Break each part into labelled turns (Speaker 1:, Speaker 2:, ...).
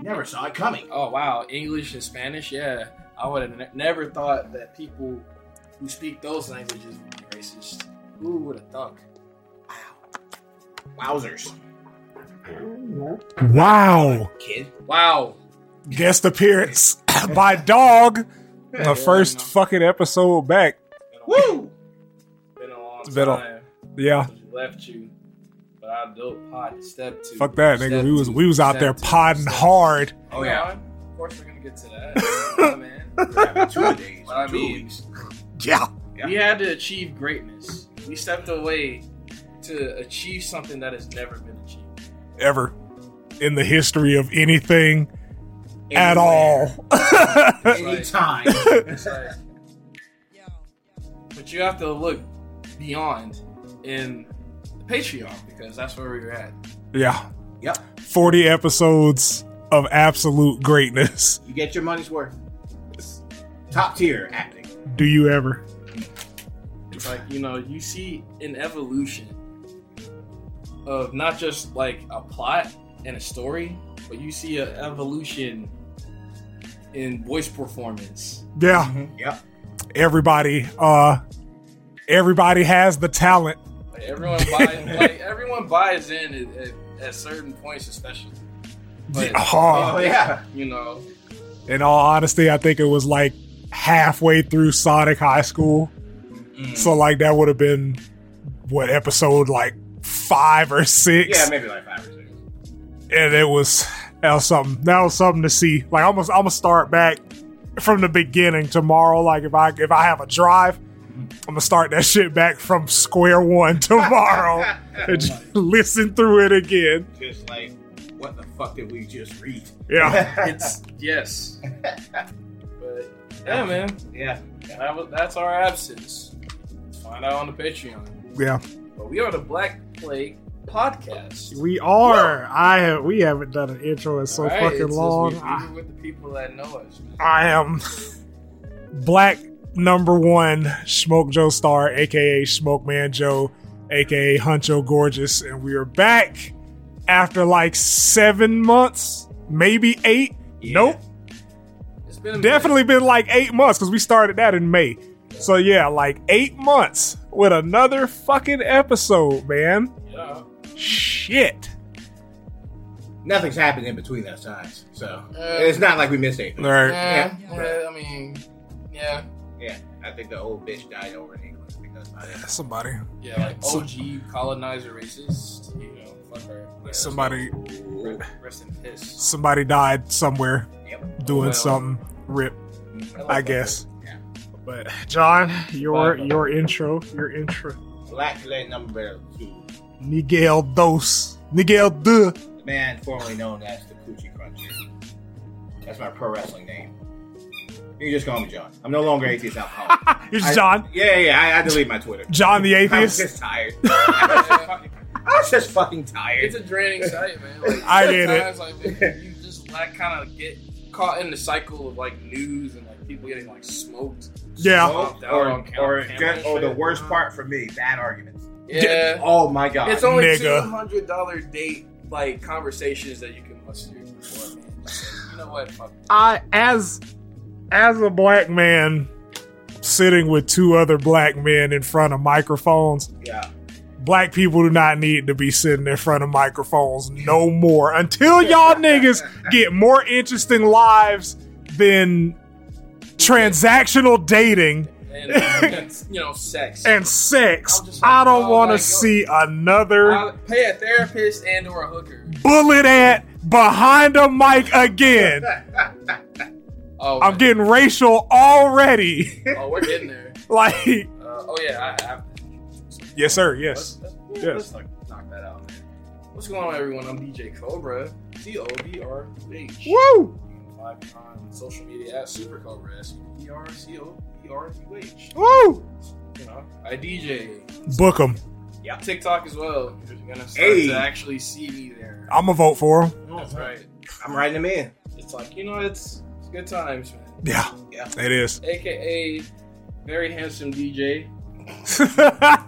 Speaker 1: Never saw it coming.
Speaker 2: Oh wow, English and Spanish. Yeah, I would have ne- never thought that people who speak those languages would be racist. Who would have thunk?
Speaker 1: Wowzers,
Speaker 3: Wow.
Speaker 1: kid.
Speaker 2: Wow.
Speaker 3: Guest appearance by Dog.
Speaker 2: Yeah,
Speaker 3: The first
Speaker 2: no.
Speaker 3: fucking episode back.
Speaker 1: Woo!
Speaker 2: Been a long
Speaker 3: It's been a-
Speaker 2: time
Speaker 3: Yeah.
Speaker 2: since we left you, but I built pod step two.
Speaker 3: Fuck that, nigga.
Speaker 2: Step
Speaker 3: We was
Speaker 2: two,
Speaker 3: we was out
Speaker 2: step
Speaker 3: there
Speaker 2: two,
Speaker 3: podding
Speaker 2: step-
Speaker 3: hard.
Speaker 2: Oh yeah. Of course we're gonna get to that. Yeah, man.
Speaker 1: Two days.
Speaker 2: What I
Speaker 1: two
Speaker 2: mean.
Speaker 1: weeks.
Speaker 3: Yeah.
Speaker 2: We had to achieve greatness. We stepped away to achieve something that has never been achieved.
Speaker 3: Ever in the history of anything at
Speaker 1: Anywhere.
Speaker 3: all.
Speaker 1: Anytime.
Speaker 2: It's like, but you have to look beyond in Patreon because that's where we were at.
Speaker 3: yeah.
Speaker 1: yep.
Speaker 3: 40 episodes of absolute greatness.
Speaker 1: You get your money's worth. Top tier acting.
Speaker 3: Do you ever?
Speaker 2: It's like you know you see an evolution of not just like a plot and a story, but you see an evolution in voice performance.
Speaker 3: Yeah.
Speaker 1: Yep.
Speaker 3: Everybody uh everybody has the talent.
Speaker 2: Like everyone buys, like everyone buys in at, at, at certain points, especially. But
Speaker 3: Oh.
Speaker 1: Oh yeah.
Speaker 2: you know,
Speaker 3: In all honesty, I think it was like halfway through Sonic High School.
Speaker 1: Mm.
Speaker 3: So like that would have been what episode like five or six.
Speaker 1: Yeah, maybe like five or six.
Speaker 3: and it was that was something that was something to see. Like I'm gonna, I'm gonna start back from the beginning tomorrow. Like if I if I have a drive, I'm gonna start that shit back from square one tomorrow and just listen through it again.
Speaker 1: Just like, what the fuck did we just read?
Speaker 3: Yeah,
Speaker 2: it's yes. But yeah, man,
Speaker 1: Yeah.
Speaker 2: that was, that's our absence. Find out on the Patreon.
Speaker 3: yeah,
Speaker 2: But we are the Black Plague podcast.
Speaker 3: we are. I have we haven't done an intro in so
Speaker 2: All right, it's
Speaker 3: fucking
Speaker 2: just
Speaker 3: long.
Speaker 2: We
Speaker 3: I,
Speaker 2: leave it with the people that know us. man.
Speaker 3: I am black number one Smoke Joe Star, aka Smoke Man Joe, aka Huncho Gorgeous, and we are back after like seven months, maybe eight.
Speaker 1: Yeah.
Speaker 3: Nope,
Speaker 2: It's been a minute.
Speaker 3: definitely been like eight months because we started that in May. So yeah, like eight months with another fucking episode, man.
Speaker 2: Yeah.
Speaker 3: Shit.
Speaker 1: Nothing's happened in between those times, so it's not like we missed anything.
Speaker 3: All right.
Speaker 2: Yeah,
Speaker 1: Yeah.
Speaker 2: yeah, I mean, yeah,
Speaker 1: Yeah, I think the old bitch died over in England. I think that's about it.
Speaker 3: Somebody,
Speaker 2: yeah, like
Speaker 3: So-
Speaker 2: OG colonizer racist. You know, fuck her. Yeah,
Speaker 3: somebody,
Speaker 2: Rest in piss.
Speaker 3: somebody died somewhere
Speaker 1: Yep.
Speaker 3: doing
Speaker 2: Well.
Speaker 3: something. Rip.
Speaker 2: like
Speaker 3: I
Speaker 2: that
Speaker 3: guess.
Speaker 1: Yeah.
Speaker 3: But John, your
Speaker 2: Bye.
Speaker 3: your intro, your intro.
Speaker 1: Black Led number two.
Speaker 3: Miguel Dos, Miguel De.
Speaker 1: The man formerly known as the Coochie Cruncher. That's my pro wrestling name. You can just call me John. I'm no longer atheist alcoholic.
Speaker 3: It's
Speaker 1: I-
Speaker 3: John,
Speaker 1: Yeah, yeah, I, I deleted my Twitter.
Speaker 3: John the
Speaker 1: I was
Speaker 3: atheist.
Speaker 1: just tired. I was just fucking, I was just fucking
Speaker 2: It's
Speaker 1: tired.
Speaker 2: a draining sight, man. Like,
Speaker 3: I get it.
Speaker 2: sometimes, Like, man, you just like kind of get caught in the cycle of like news and like people getting like smoked.
Speaker 3: Yeah.
Speaker 2: smoked out
Speaker 1: or,
Speaker 2: on cam-
Speaker 1: or,
Speaker 2: camera and
Speaker 1: or the
Speaker 2: shit.
Speaker 1: worst part for me, bad arguments.
Speaker 2: Yeah,
Speaker 1: Oh my god.
Speaker 2: it's only
Speaker 3: Nigga.
Speaker 2: two hundred dollar date like conversations that you can muster before, man. Just like, You know what? Fuck.
Speaker 3: I as as a black man sitting with two other black men in front of microphones.
Speaker 1: yeah.
Speaker 3: Black people do not need to be sitting in front of microphones no more until y'all niggas get more interesting lives than transactional dating.
Speaker 2: And, and, you know, sex.
Speaker 3: and sex.
Speaker 2: I'm just like,
Speaker 3: I don't
Speaker 2: oh
Speaker 3: want
Speaker 2: my
Speaker 3: to
Speaker 2: God.
Speaker 3: see another
Speaker 2: I'll pay a therapist and or a hooker.
Speaker 3: bullet at behind a mic again.
Speaker 2: Oh,
Speaker 3: I'm getting racial already.
Speaker 2: oh, we're getting there.
Speaker 3: like,
Speaker 2: Uh, oh yeah, I, I,
Speaker 3: yes, sir.
Speaker 2: Let's,
Speaker 3: Yes.
Speaker 2: let's,
Speaker 3: Yes.
Speaker 2: let's knock, knock that out, man. What's going on, everyone? I'm DJ Cobra, C O B R H.
Speaker 3: Woo!
Speaker 2: Five on social media at Super Cobra, S U B R C O B R U H.
Speaker 3: Woo!
Speaker 2: You know, I DJ.
Speaker 3: Book him.
Speaker 2: TikTok as well. You're gonna start
Speaker 1: Hey.
Speaker 2: to actually see me there.
Speaker 3: I'm gonna vote for him.
Speaker 2: That's right.
Speaker 1: I'm writing them in.
Speaker 2: It's like you know, it's, it's good times, man.
Speaker 3: Yeah.
Speaker 1: Yeah.
Speaker 3: It is.
Speaker 2: AKA very handsome DJ.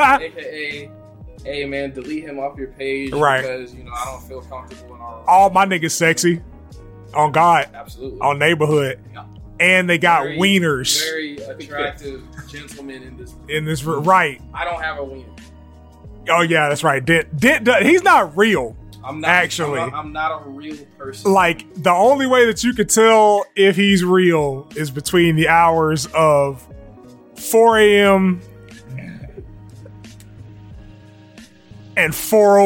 Speaker 2: AKA. Hey man, delete him off your page
Speaker 3: Right.
Speaker 2: because you know I don't feel comfortable in our.
Speaker 3: All my niggas sexy. on God,
Speaker 2: Absolutely.
Speaker 3: on neighborhood,
Speaker 1: Yeah.
Speaker 3: and they got
Speaker 2: Very-
Speaker 3: wieners
Speaker 2: Very attractive gentleman in this.
Speaker 3: in this r- right.
Speaker 2: I don't have a wiener.
Speaker 3: Oh yeah, that's right. Dent, Dent, does- he's not real.
Speaker 2: I'm not
Speaker 3: Actually.
Speaker 2: I'm, I'm not a real person.
Speaker 3: Like the only way that you could tell if he's real is between the hours of 4 a.m. and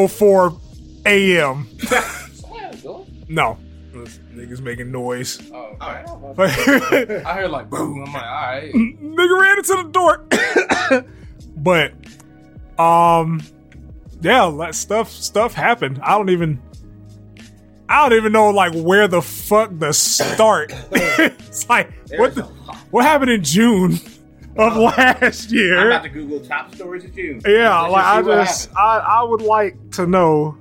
Speaker 3: 4:04 a.m.
Speaker 2: Somebody go.
Speaker 3: No, this niggas making noise.
Speaker 2: Oh, okay.
Speaker 1: Alright.
Speaker 3: But nigga
Speaker 2: I heard like boom. I'm like, all right.
Speaker 3: ran into the door. but um yeah, let stuff stuff happened. I don't even I don't even know like where the fuck to start. it's like
Speaker 1: There's
Speaker 3: what the,
Speaker 1: a lot.
Speaker 3: what happened in June of
Speaker 1: Oh.
Speaker 3: last
Speaker 1: I'm
Speaker 3: year?
Speaker 1: about to Google top stories of June.
Speaker 3: yeah,
Speaker 1: Let's
Speaker 3: like I
Speaker 1: see what
Speaker 3: just
Speaker 1: happened.
Speaker 3: I, I would like to know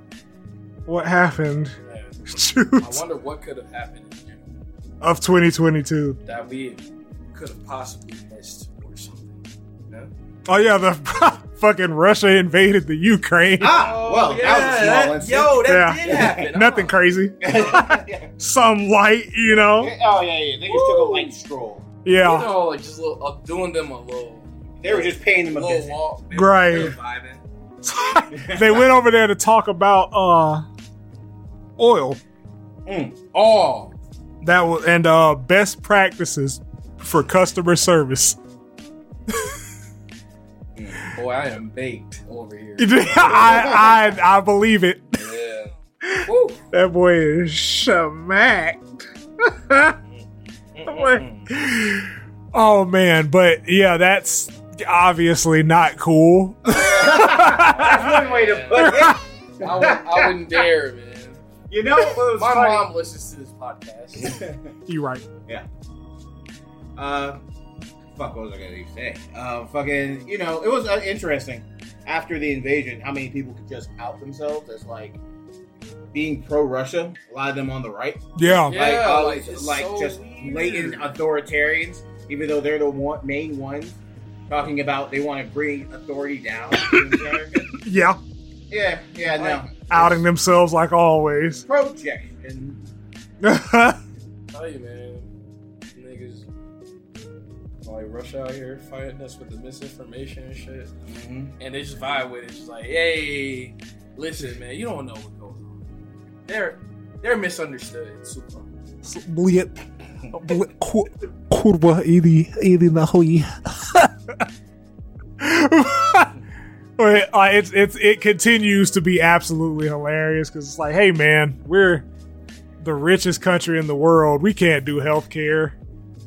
Speaker 3: what happened June
Speaker 2: I wonder what could have happened in June
Speaker 3: of 2022.
Speaker 2: that we could have possibly missed or something. No?
Speaker 3: Oh yeah, the fucking Russia invaded the Ukraine.
Speaker 2: Oh,
Speaker 1: Ah, well, that was a small
Speaker 2: that
Speaker 3: Yeah.
Speaker 2: did happen.
Speaker 1: Oh.
Speaker 2: Oh.
Speaker 3: Nothing
Speaker 2: huh?
Speaker 3: crazy.
Speaker 1: incident. yeah.
Speaker 3: Some light, you know.
Speaker 1: Oh yeah, yeah. They just took a
Speaker 2: Woo.
Speaker 1: light stroll.
Speaker 2: You
Speaker 3: Yeah,
Speaker 2: know, like just a little, uh, doing them a little,
Speaker 1: They were just paying them a
Speaker 2: little
Speaker 1: visit.
Speaker 2: walk. They
Speaker 3: Right.
Speaker 2: were vibing.
Speaker 3: they went over there to talk about uh oil
Speaker 1: Mm.
Speaker 2: Oh,
Speaker 3: that was and uh best practices for customer service.
Speaker 2: boy, I am baked over here.
Speaker 3: I I I believe it.
Speaker 2: yeah. Woo.
Speaker 3: That boy is smacked. What? Oh man, but yeah, that's obviously not cool.
Speaker 1: That's one way to put it.
Speaker 2: I, would, I wouldn't dare, man.
Speaker 1: You know what was
Speaker 2: My
Speaker 1: funny?
Speaker 2: mom listens to this podcast.
Speaker 3: you right.
Speaker 1: uh, fuck, what was I gonna even say? Uh, fucking, you know, it was uh, interesting after the invasion how many people could just out themselves as like being pro Russia. A lot of them on the right,
Speaker 3: Yeah.
Speaker 2: Yeah,
Speaker 1: like, uh,
Speaker 2: like, it's
Speaker 1: like
Speaker 2: so
Speaker 1: just
Speaker 2: weird.
Speaker 1: blatant authoritarians, even though they're the one, main ones talking about they want to bring authority down. in America.
Speaker 3: Yeah.
Speaker 1: yeah, yeah, no.
Speaker 3: Outing themselves like always.
Speaker 1: Projection.
Speaker 2: tell you, man, niggas like rush out here fighting us with the misinformation and shit,
Speaker 1: mm-hmm.
Speaker 2: and they just vibe with it. Just like, hey, listen, man, you don't know what goes on. They're they're misunderstood. Super.
Speaker 3: Блед. Блед. Ку- Курва, иди, иди нахуй. But, uh, it's it's it continues to be absolutely hilarious because it's like, hey man, we're the richest country in the world. We can't do healthcare.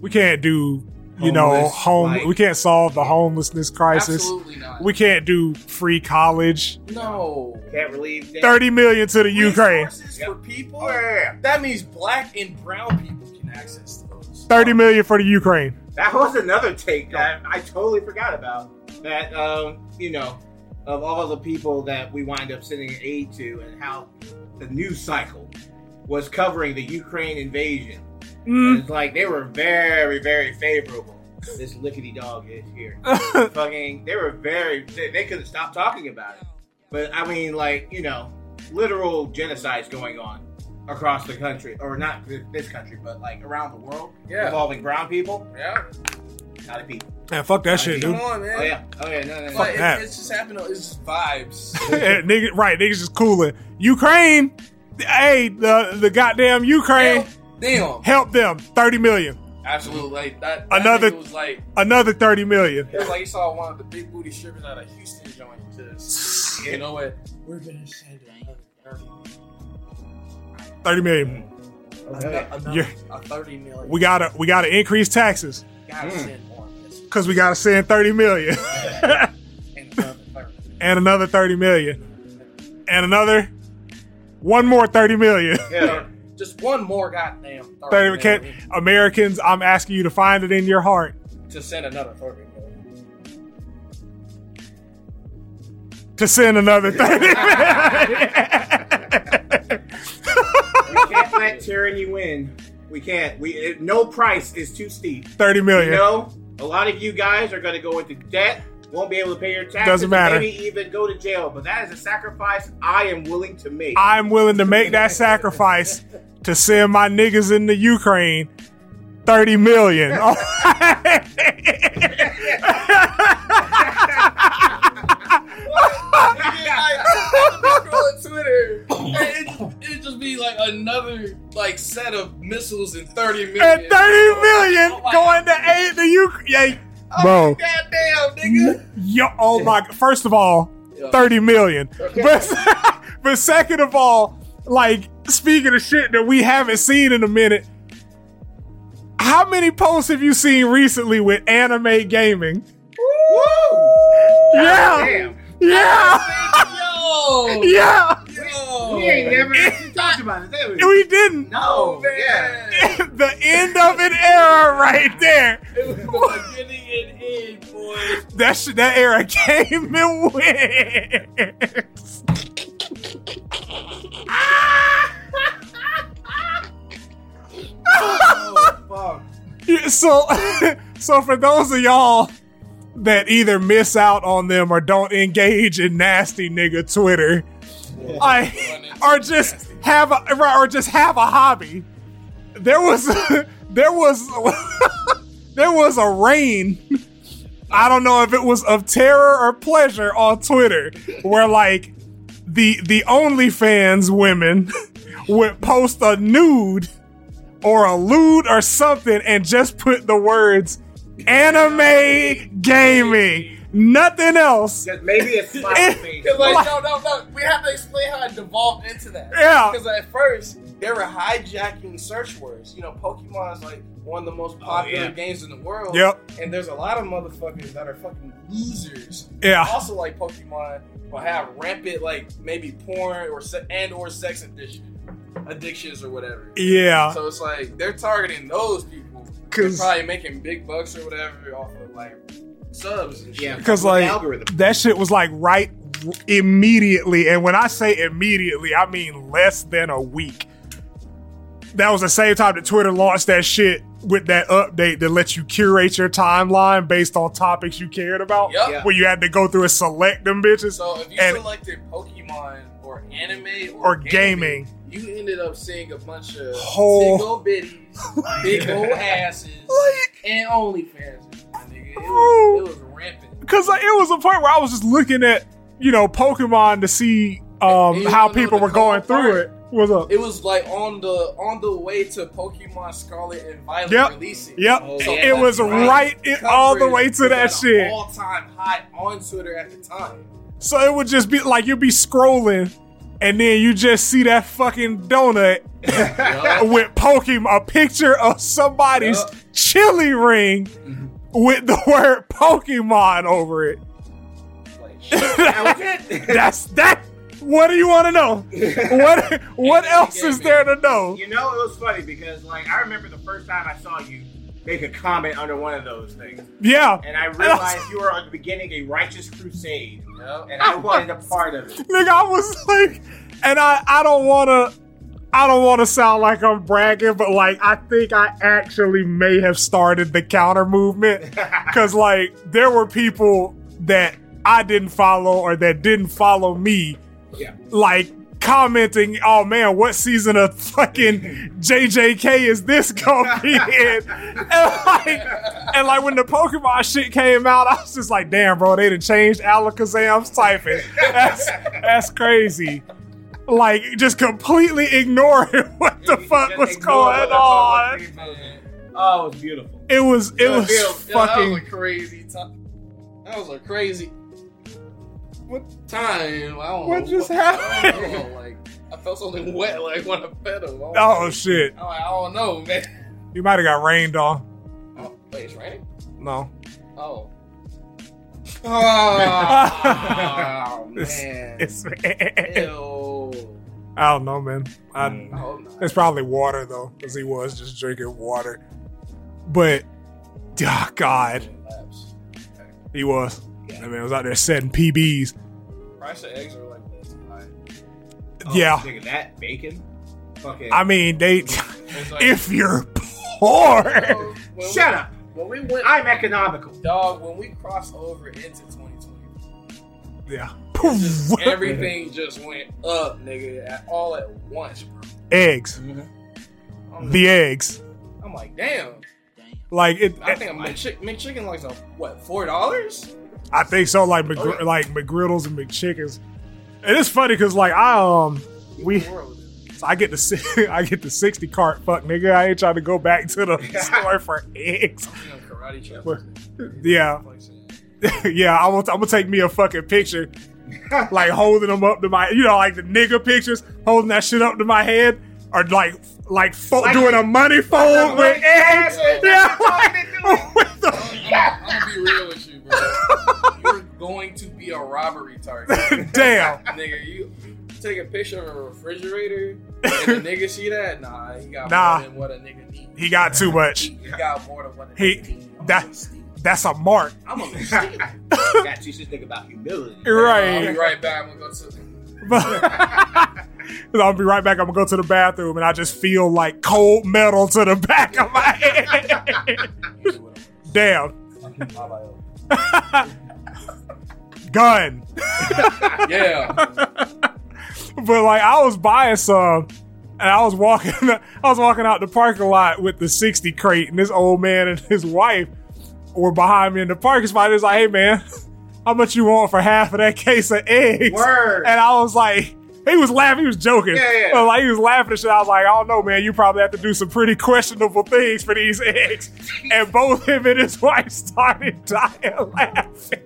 Speaker 3: We can't do you know
Speaker 1: Homeless,
Speaker 3: home.
Speaker 1: like-
Speaker 3: we can't solve the homelessness crisis.
Speaker 2: Absolutely not.
Speaker 3: We can't do free college.
Speaker 2: no.
Speaker 1: Can't relieve that.
Speaker 3: Thirty million to the Ukraine.
Speaker 2: Resources
Speaker 1: Yep.
Speaker 2: for people.
Speaker 1: Oh, yeah, yeah.
Speaker 2: That means black and brown people can access those.
Speaker 3: Thirty million for the Ukraine.
Speaker 1: That was another take that I totally forgot about. That um, you know, of all the people that we wind up sending aid to, and how the news cycle was covering the Ukraine invasion.
Speaker 3: Mm.
Speaker 1: It's like they were very, very favorable. This lickety dog is here.
Speaker 3: Uh,
Speaker 1: Fucking, they were very. They, they couldn't stop talking about it. But I mean, like you know, literal genocides going on across the country, or not this country, but like around the world,
Speaker 2: Yeah.
Speaker 1: involving brown people,
Speaker 2: Yeah.
Speaker 1: not a people.
Speaker 3: Man, fuck that shit,
Speaker 2: Come
Speaker 3: dude.
Speaker 2: on, man.
Speaker 1: Oh yeah. Oh yeah. No, no, no.
Speaker 2: Like, it-
Speaker 3: that.
Speaker 2: it's just happening. It's just vibes.
Speaker 3: Yeah, nigga, right, niggas just cooling. Ukraine, hey, the the goddamn Ukraine,
Speaker 2: Damn. Damn.
Speaker 3: help them. Thirty million,
Speaker 2: Absolutely, like that.
Speaker 3: Another-
Speaker 2: Another was like
Speaker 3: another thirty million.
Speaker 2: it was like you saw one of the big booty strippers out of Houston joint. Just you know what? We're gonna send another thirty.
Speaker 3: Thirty million.
Speaker 1: Okay.
Speaker 2: Another,
Speaker 3: Yeah.
Speaker 2: a thirty million.
Speaker 3: We gotta we gotta increase taxes
Speaker 2: gotta
Speaker 1: Mm.
Speaker 2: send more. of this.
Speaker 3: because we gotta send thirty million
Speaker 2: And another thirty.
Speaker 3: and another thirty million and another one more thirty million.
Speaker 1: Yeah.
Speaker 2: Just one more goddamn thirty,
Speaker 3: Thirty can,
Speaker 2: million
Speaker 3: Americans, I'm asking you to find it in your heart.
Speaker 2: to send another thirty million.
Speaker 3: to send another 30 million.
Speaker 1: we can't let tyranny win. We can't. We it, no price is too steep.
Speaker 3: 30
Speaker 1: You
Speaker 3: million.
Speaker 1: know, a lot of you guys are going to go into debt. won't be able to pay your taxes.
Speaker 3: Doesn't matter.
Speaker 1: and Maybe even go to jail. But that is a sacrifice I am willing to make.
Speaker 3: I'm willing to make that sacrifice to send my niggas into Ukraine 30 million.
Speaker 2: scrolling Twitter, and it, it'd just be like another like set of missiles and thirty million.
Speaker 3: and 30 million
Speaker 2: Oh my
Speaker 3: going to
Speaker 2: God.
Speaker 3: aid the Ukraine. Bro,
Speaker 2: Goddamn, nigga.
Speaker 3: yo, oh my, first of all,
Speaker 2: Yeah.
Speaker 3: 30 million. But, but second of all, like, speaking of shit that we haven't seen in a minute, how many posts have you seen recently with anime gaming? Yeah.
Speaker 1: Damn.
Speaker 3: Yeah.
Speaker 2: Yo,
Speaker 3: Yeah.
Speaker 2: yo,
Speaker 1: We ain't never actually talked about it, did we?
Speaker 3: We didn't.
Speaker 1: Oh, no,
Speaker 2: man.
Speaker 1: yeah.
Speaker 3: the end of an era right there.
Speaker 2: It was the beginning and end, boy.
Speaker 3: That sh- that era came and went.
Speaker 2: Oh fuck.
Speaker 3: So so for those of y'all that either miss out on them or don't engage in nasty nigga Twitter, I or just have a right, or just have a hobby. There was there was there was a rain. I don't know if it was of terror or pleasure on Twitter, where like the the OnlyFans women would post a nude or a lewd or something and just put the words anime gaming, nothing else.
Speaker 1: Just maybe it's smile face.
Speaker 2: Cause like no no no, we have to explain how it devolved into that.
Speaker 3: Yeah.
Speaker 2: Because at first they were hijacking search words. You know, Pokemon's like one of the most popular
Speaker 1: yeah.
Speaker 2: games in the world.
Speaker 3: Yep.
Speaker 2: And there's a lot of motherfuckers that are fucking losers.
Speaker 3: Yeah.
Speaker 2: Also like Pokemon will have rampant like maybe porn or se- and or sex addiction addictions or whatever.
Speaker 3: Yeah.
Speaker 2: So it's like they're targeting those people. They're
Speaker 3: Uh, 'Cause-
Speaker 2: probably making big bucks or whatever off of like subs and shit.
Speaker 1: Yeah,
Speaker 3: Because
Speaker 1: fuck with
Speaker 3: like
Speaker 1: the algorithm.
Speaker 3: that shit was like right immediately, and when I say immediately, I mean less than a week. That was the same time that Twitter launched that shit with that update that lets you curate your timeline based on topics you cared about.
Speaker 2: Yup.
Speaker 1: Yeah.
Speaker 3: Where you had to go through and select them bitches.
Speaker 2: So if you
Speaker 3: And-
Speaker 2: selected Pokemon or anime or,
Speaker 3: Or gaming.
Speaker 2: you ended up seeing a bunch of
Speaker 3: Whole-
Speaker 2: single bitties, big old asses,
Speaker 3: Like,
Speaker 2: and OnlyFans. my nigga. It was, it was rampant.
Speaker 3: cause like, it was a point where I was just looking at you know Pokemon to see um,
Speaker 2: And you wanna
Speaker 3: how
Speaker 2: know
Speaker 3: people
Speaker 2: the
Speaker 3: were going
Speaker 2: cold part?
Speaker 3: through it. What's up?
Speaker 2: It was like on the on the way to Pokemon Scarlet and Violet
Speaker 3: Yep.
Speaker 2: releasing.
Speaker 3: Yep,
Speaker 1: Oh,
Speaker 3: it,
Speaker 1: yeah,
Speaker 3: it was
Speaker 1: that's
Speaker 3: right,
Speaker 1: right.
Speaker 3: it, all the
Speaker 2: Coverage
Speaker 3: way to
Speaker 2: was
Speaker 3: that
Speaker 2: at an
Speaker 3: shit.
Speaker 2: all-time high on Twitter at the time.
Speaker 3: So it would just be like you'd be scrolling, and then you just see that fucking donut with Pokemon, a picture of somebody's
Speaker 2: Yup.
Speaker 3: chili ring with the word Pokemon over it.
Speaker 2: Like, shit.
Speaker 1: That was it.
Speaker 3: That's that. What do you want to know? What what
Speaker 2: Anime
Speaker 3: else is
Speaker 2: gaming.
Speaker 3: there to know?
Speaker 1: You know, it was funny because like I remember the first time I saw you make a comment under one of those things,
Speaker 3: Yeah,
Speaker 1: and I realized you were beginning a righteous crusade,
Speaker 2: Yup.
Speaker 1: and I wanted a part of it.
Speaker 3: nigga, I was like, and I I don't wanna. I don't want to sound like I'm bragging, but like I think I actually may have started the counter movement Cause like there were people that I didn't follow or that didn't follow me,
Speaker 1: Yeah.
Speaker 3: like commenting, "Oh man, what season of fucking JJK is this gonna be in?" and like, and like when the Pokemon shit came out, I was just like, "Damn, bro, they done changed Alakazam's typing. That's that's crazy." Like just completely ignoring what the
Speaker 1: You
Speaker 3: fuck
Speaker 1: just
Speaker 3: was
Speaker 1: ignore what
Speaker 3: going
Speaker 1: the fuck was
Speaker 3: on.
Speaker 1: being posted.
Speaker 2: Man.
Speaker 1: Oh, it was beautiful.
Speaker 3: It was it was
Speaker 1: Yeah,
Speaker 3: fucking
Speaker 2: That was a crazy time. That was a crazy. What time? I don't
Speaker 3: What
Speaker 2: know.
Speaker 3: just
Speaker 2: I don't
Speaker 3: happened?
Speaker 2: know, like I felt something wet, like when I fed him. I don't-
Speaker 3: oh shit.
Speaker 2: I'm like, I don't know, man.
Speaker 3: You might have got rained on.
Speaker 2: Oh, wait, it's raining.
Speaker 3: No.
Speaker 2: Oh. Oh, man.
Speaker 3: It's
Speaker 2: Ew.
Speaker 3: I don't know, man. I,
Speaker 2: I hope not.
Speaker 3: it's probably water though, because he was just drinking water. But oh God,
Speaker 2: Laps.
Speaker 3: he was. I mean, I was out there setting PBs.
Speaker 2: Price of eggs are like this. high.
Speaker 1: Oh,
Speaker 3: yeah.
Speaker 1: nigga, that bacon. Fucking.
Speaker 3: I mean, they
Speaker 2: It's like-
Speaker 3: if you're poor.
Speaker 2: When we-
Speaker 1: Shut up.
Speaker 2: When we went
Speaker 1: I'm economical.
Speaker 2: Dog, when we crossed over into 2020,
Speaker 3: Yeah.
Speaker 2: It's just- everything just went up, nigga, at, all at once, bro.
Speaker 3: eggs.
Speaker 2: I'm,
Speaker 3: The eggs.
Speaker 2: I'm like, damn.
Speaker 3: Like it.
Speaker 2: I think a McChick, McChicken likes a what four dollars?
Speaker 3: I think so. Like McGr-
Speaker 2: Oh, yeah.
Speaker 3: like McGriddles and McChickens. And it's funny because like I um we I get the si- I get the sixty cart. Fuck nigga, I ain't trying to go back to the store for eggs.
Speaker 2: karate chop.
Speaker 3: What? Yeah, yeah. I'm gonna, I'm gonna take me a fucking picture, like holding them up to my you know like the nigga pictures, holding that shit up to my head, or like like fo-
Speaker 1: Like-
Speaker 3: doing a money fold with eggs. Oh, Yeah, Oh, like, with the
Speaker 2: I'm, I'm gonna be real with you, bro. You're going to be a robbery target,
Speaker 3: Damn.
Speaker 2: nigga. You take a picture of a refrigerator and the nigga see that? Nah, he got
Speaker 3: Nah.
Speaker 2: more than what a nigga needs.
Speaker 3: He got too much.
Speaker 2: He, he got more than what a
Speaker 3: He-
Speaker 2: nigga needs. I'm
Speaker 3: that-
Speaker 2: gonna steal.
Speaker 3: That's a mark.
Speaker 2: I'm gonna steal.
Speaker 1: Got you should think about humility.
Speaker 2: I'll be
Speaker 3: Right.
Speaker 2: right back. I'm gonna go to.
Speaker 3: I'll be right back. I'm gonna go to the bathroom and I just feel like cold metal to the back of my head.
Speaker 2: You do what I'm
Speaker 3: Damn.
Speaker 2: gonna do. I'll buy it.
Speaker 3: Gun.
Speaker 2: Yeah.
Speaker 3: But like I was buying some and I was walking I was walking out the parking lot with the 60 crate and this old man and his wife were behind me in the parking spot. He was like, hey man, how much you want for half of that case of eggs?
Speaker 1: Word.
Speaker 3: And I was like, he was laughing, he was joking.
Speaker 1: Yeah, yeah.
Speaker 3: But like he was laughing and shit. I was like, I don't know, man, you probably have to do some pretty questionable things for these eggs. and both him and his wife started dying laughing.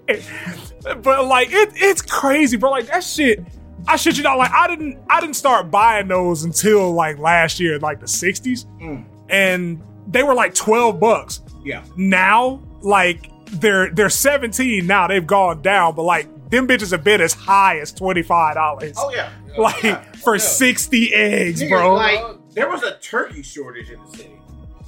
Speaker 3: but like it, it's crazy, bro. Like that shit. I shit you not, like I didn't I didn't start buying those until like last year, like the 60s.
Speaker 1: Mm.
Speaker 3: And they were like 12 bucks
Speaker 1: Yeah.
Speaker 3: now like they're they're 17 now they've gone down but like them bitches have been as high as $25
Speaker 1: Oh yeah.
Speaker 3: like
Speaker 1: yeah.
Speaker 3: for
Speaker 2: Yeah.
Speaker 3: 60 eggs
Speaker 1: Niggas,
Speaker 3: bro
Speaker 1: Like there was a turkey shortage in the city.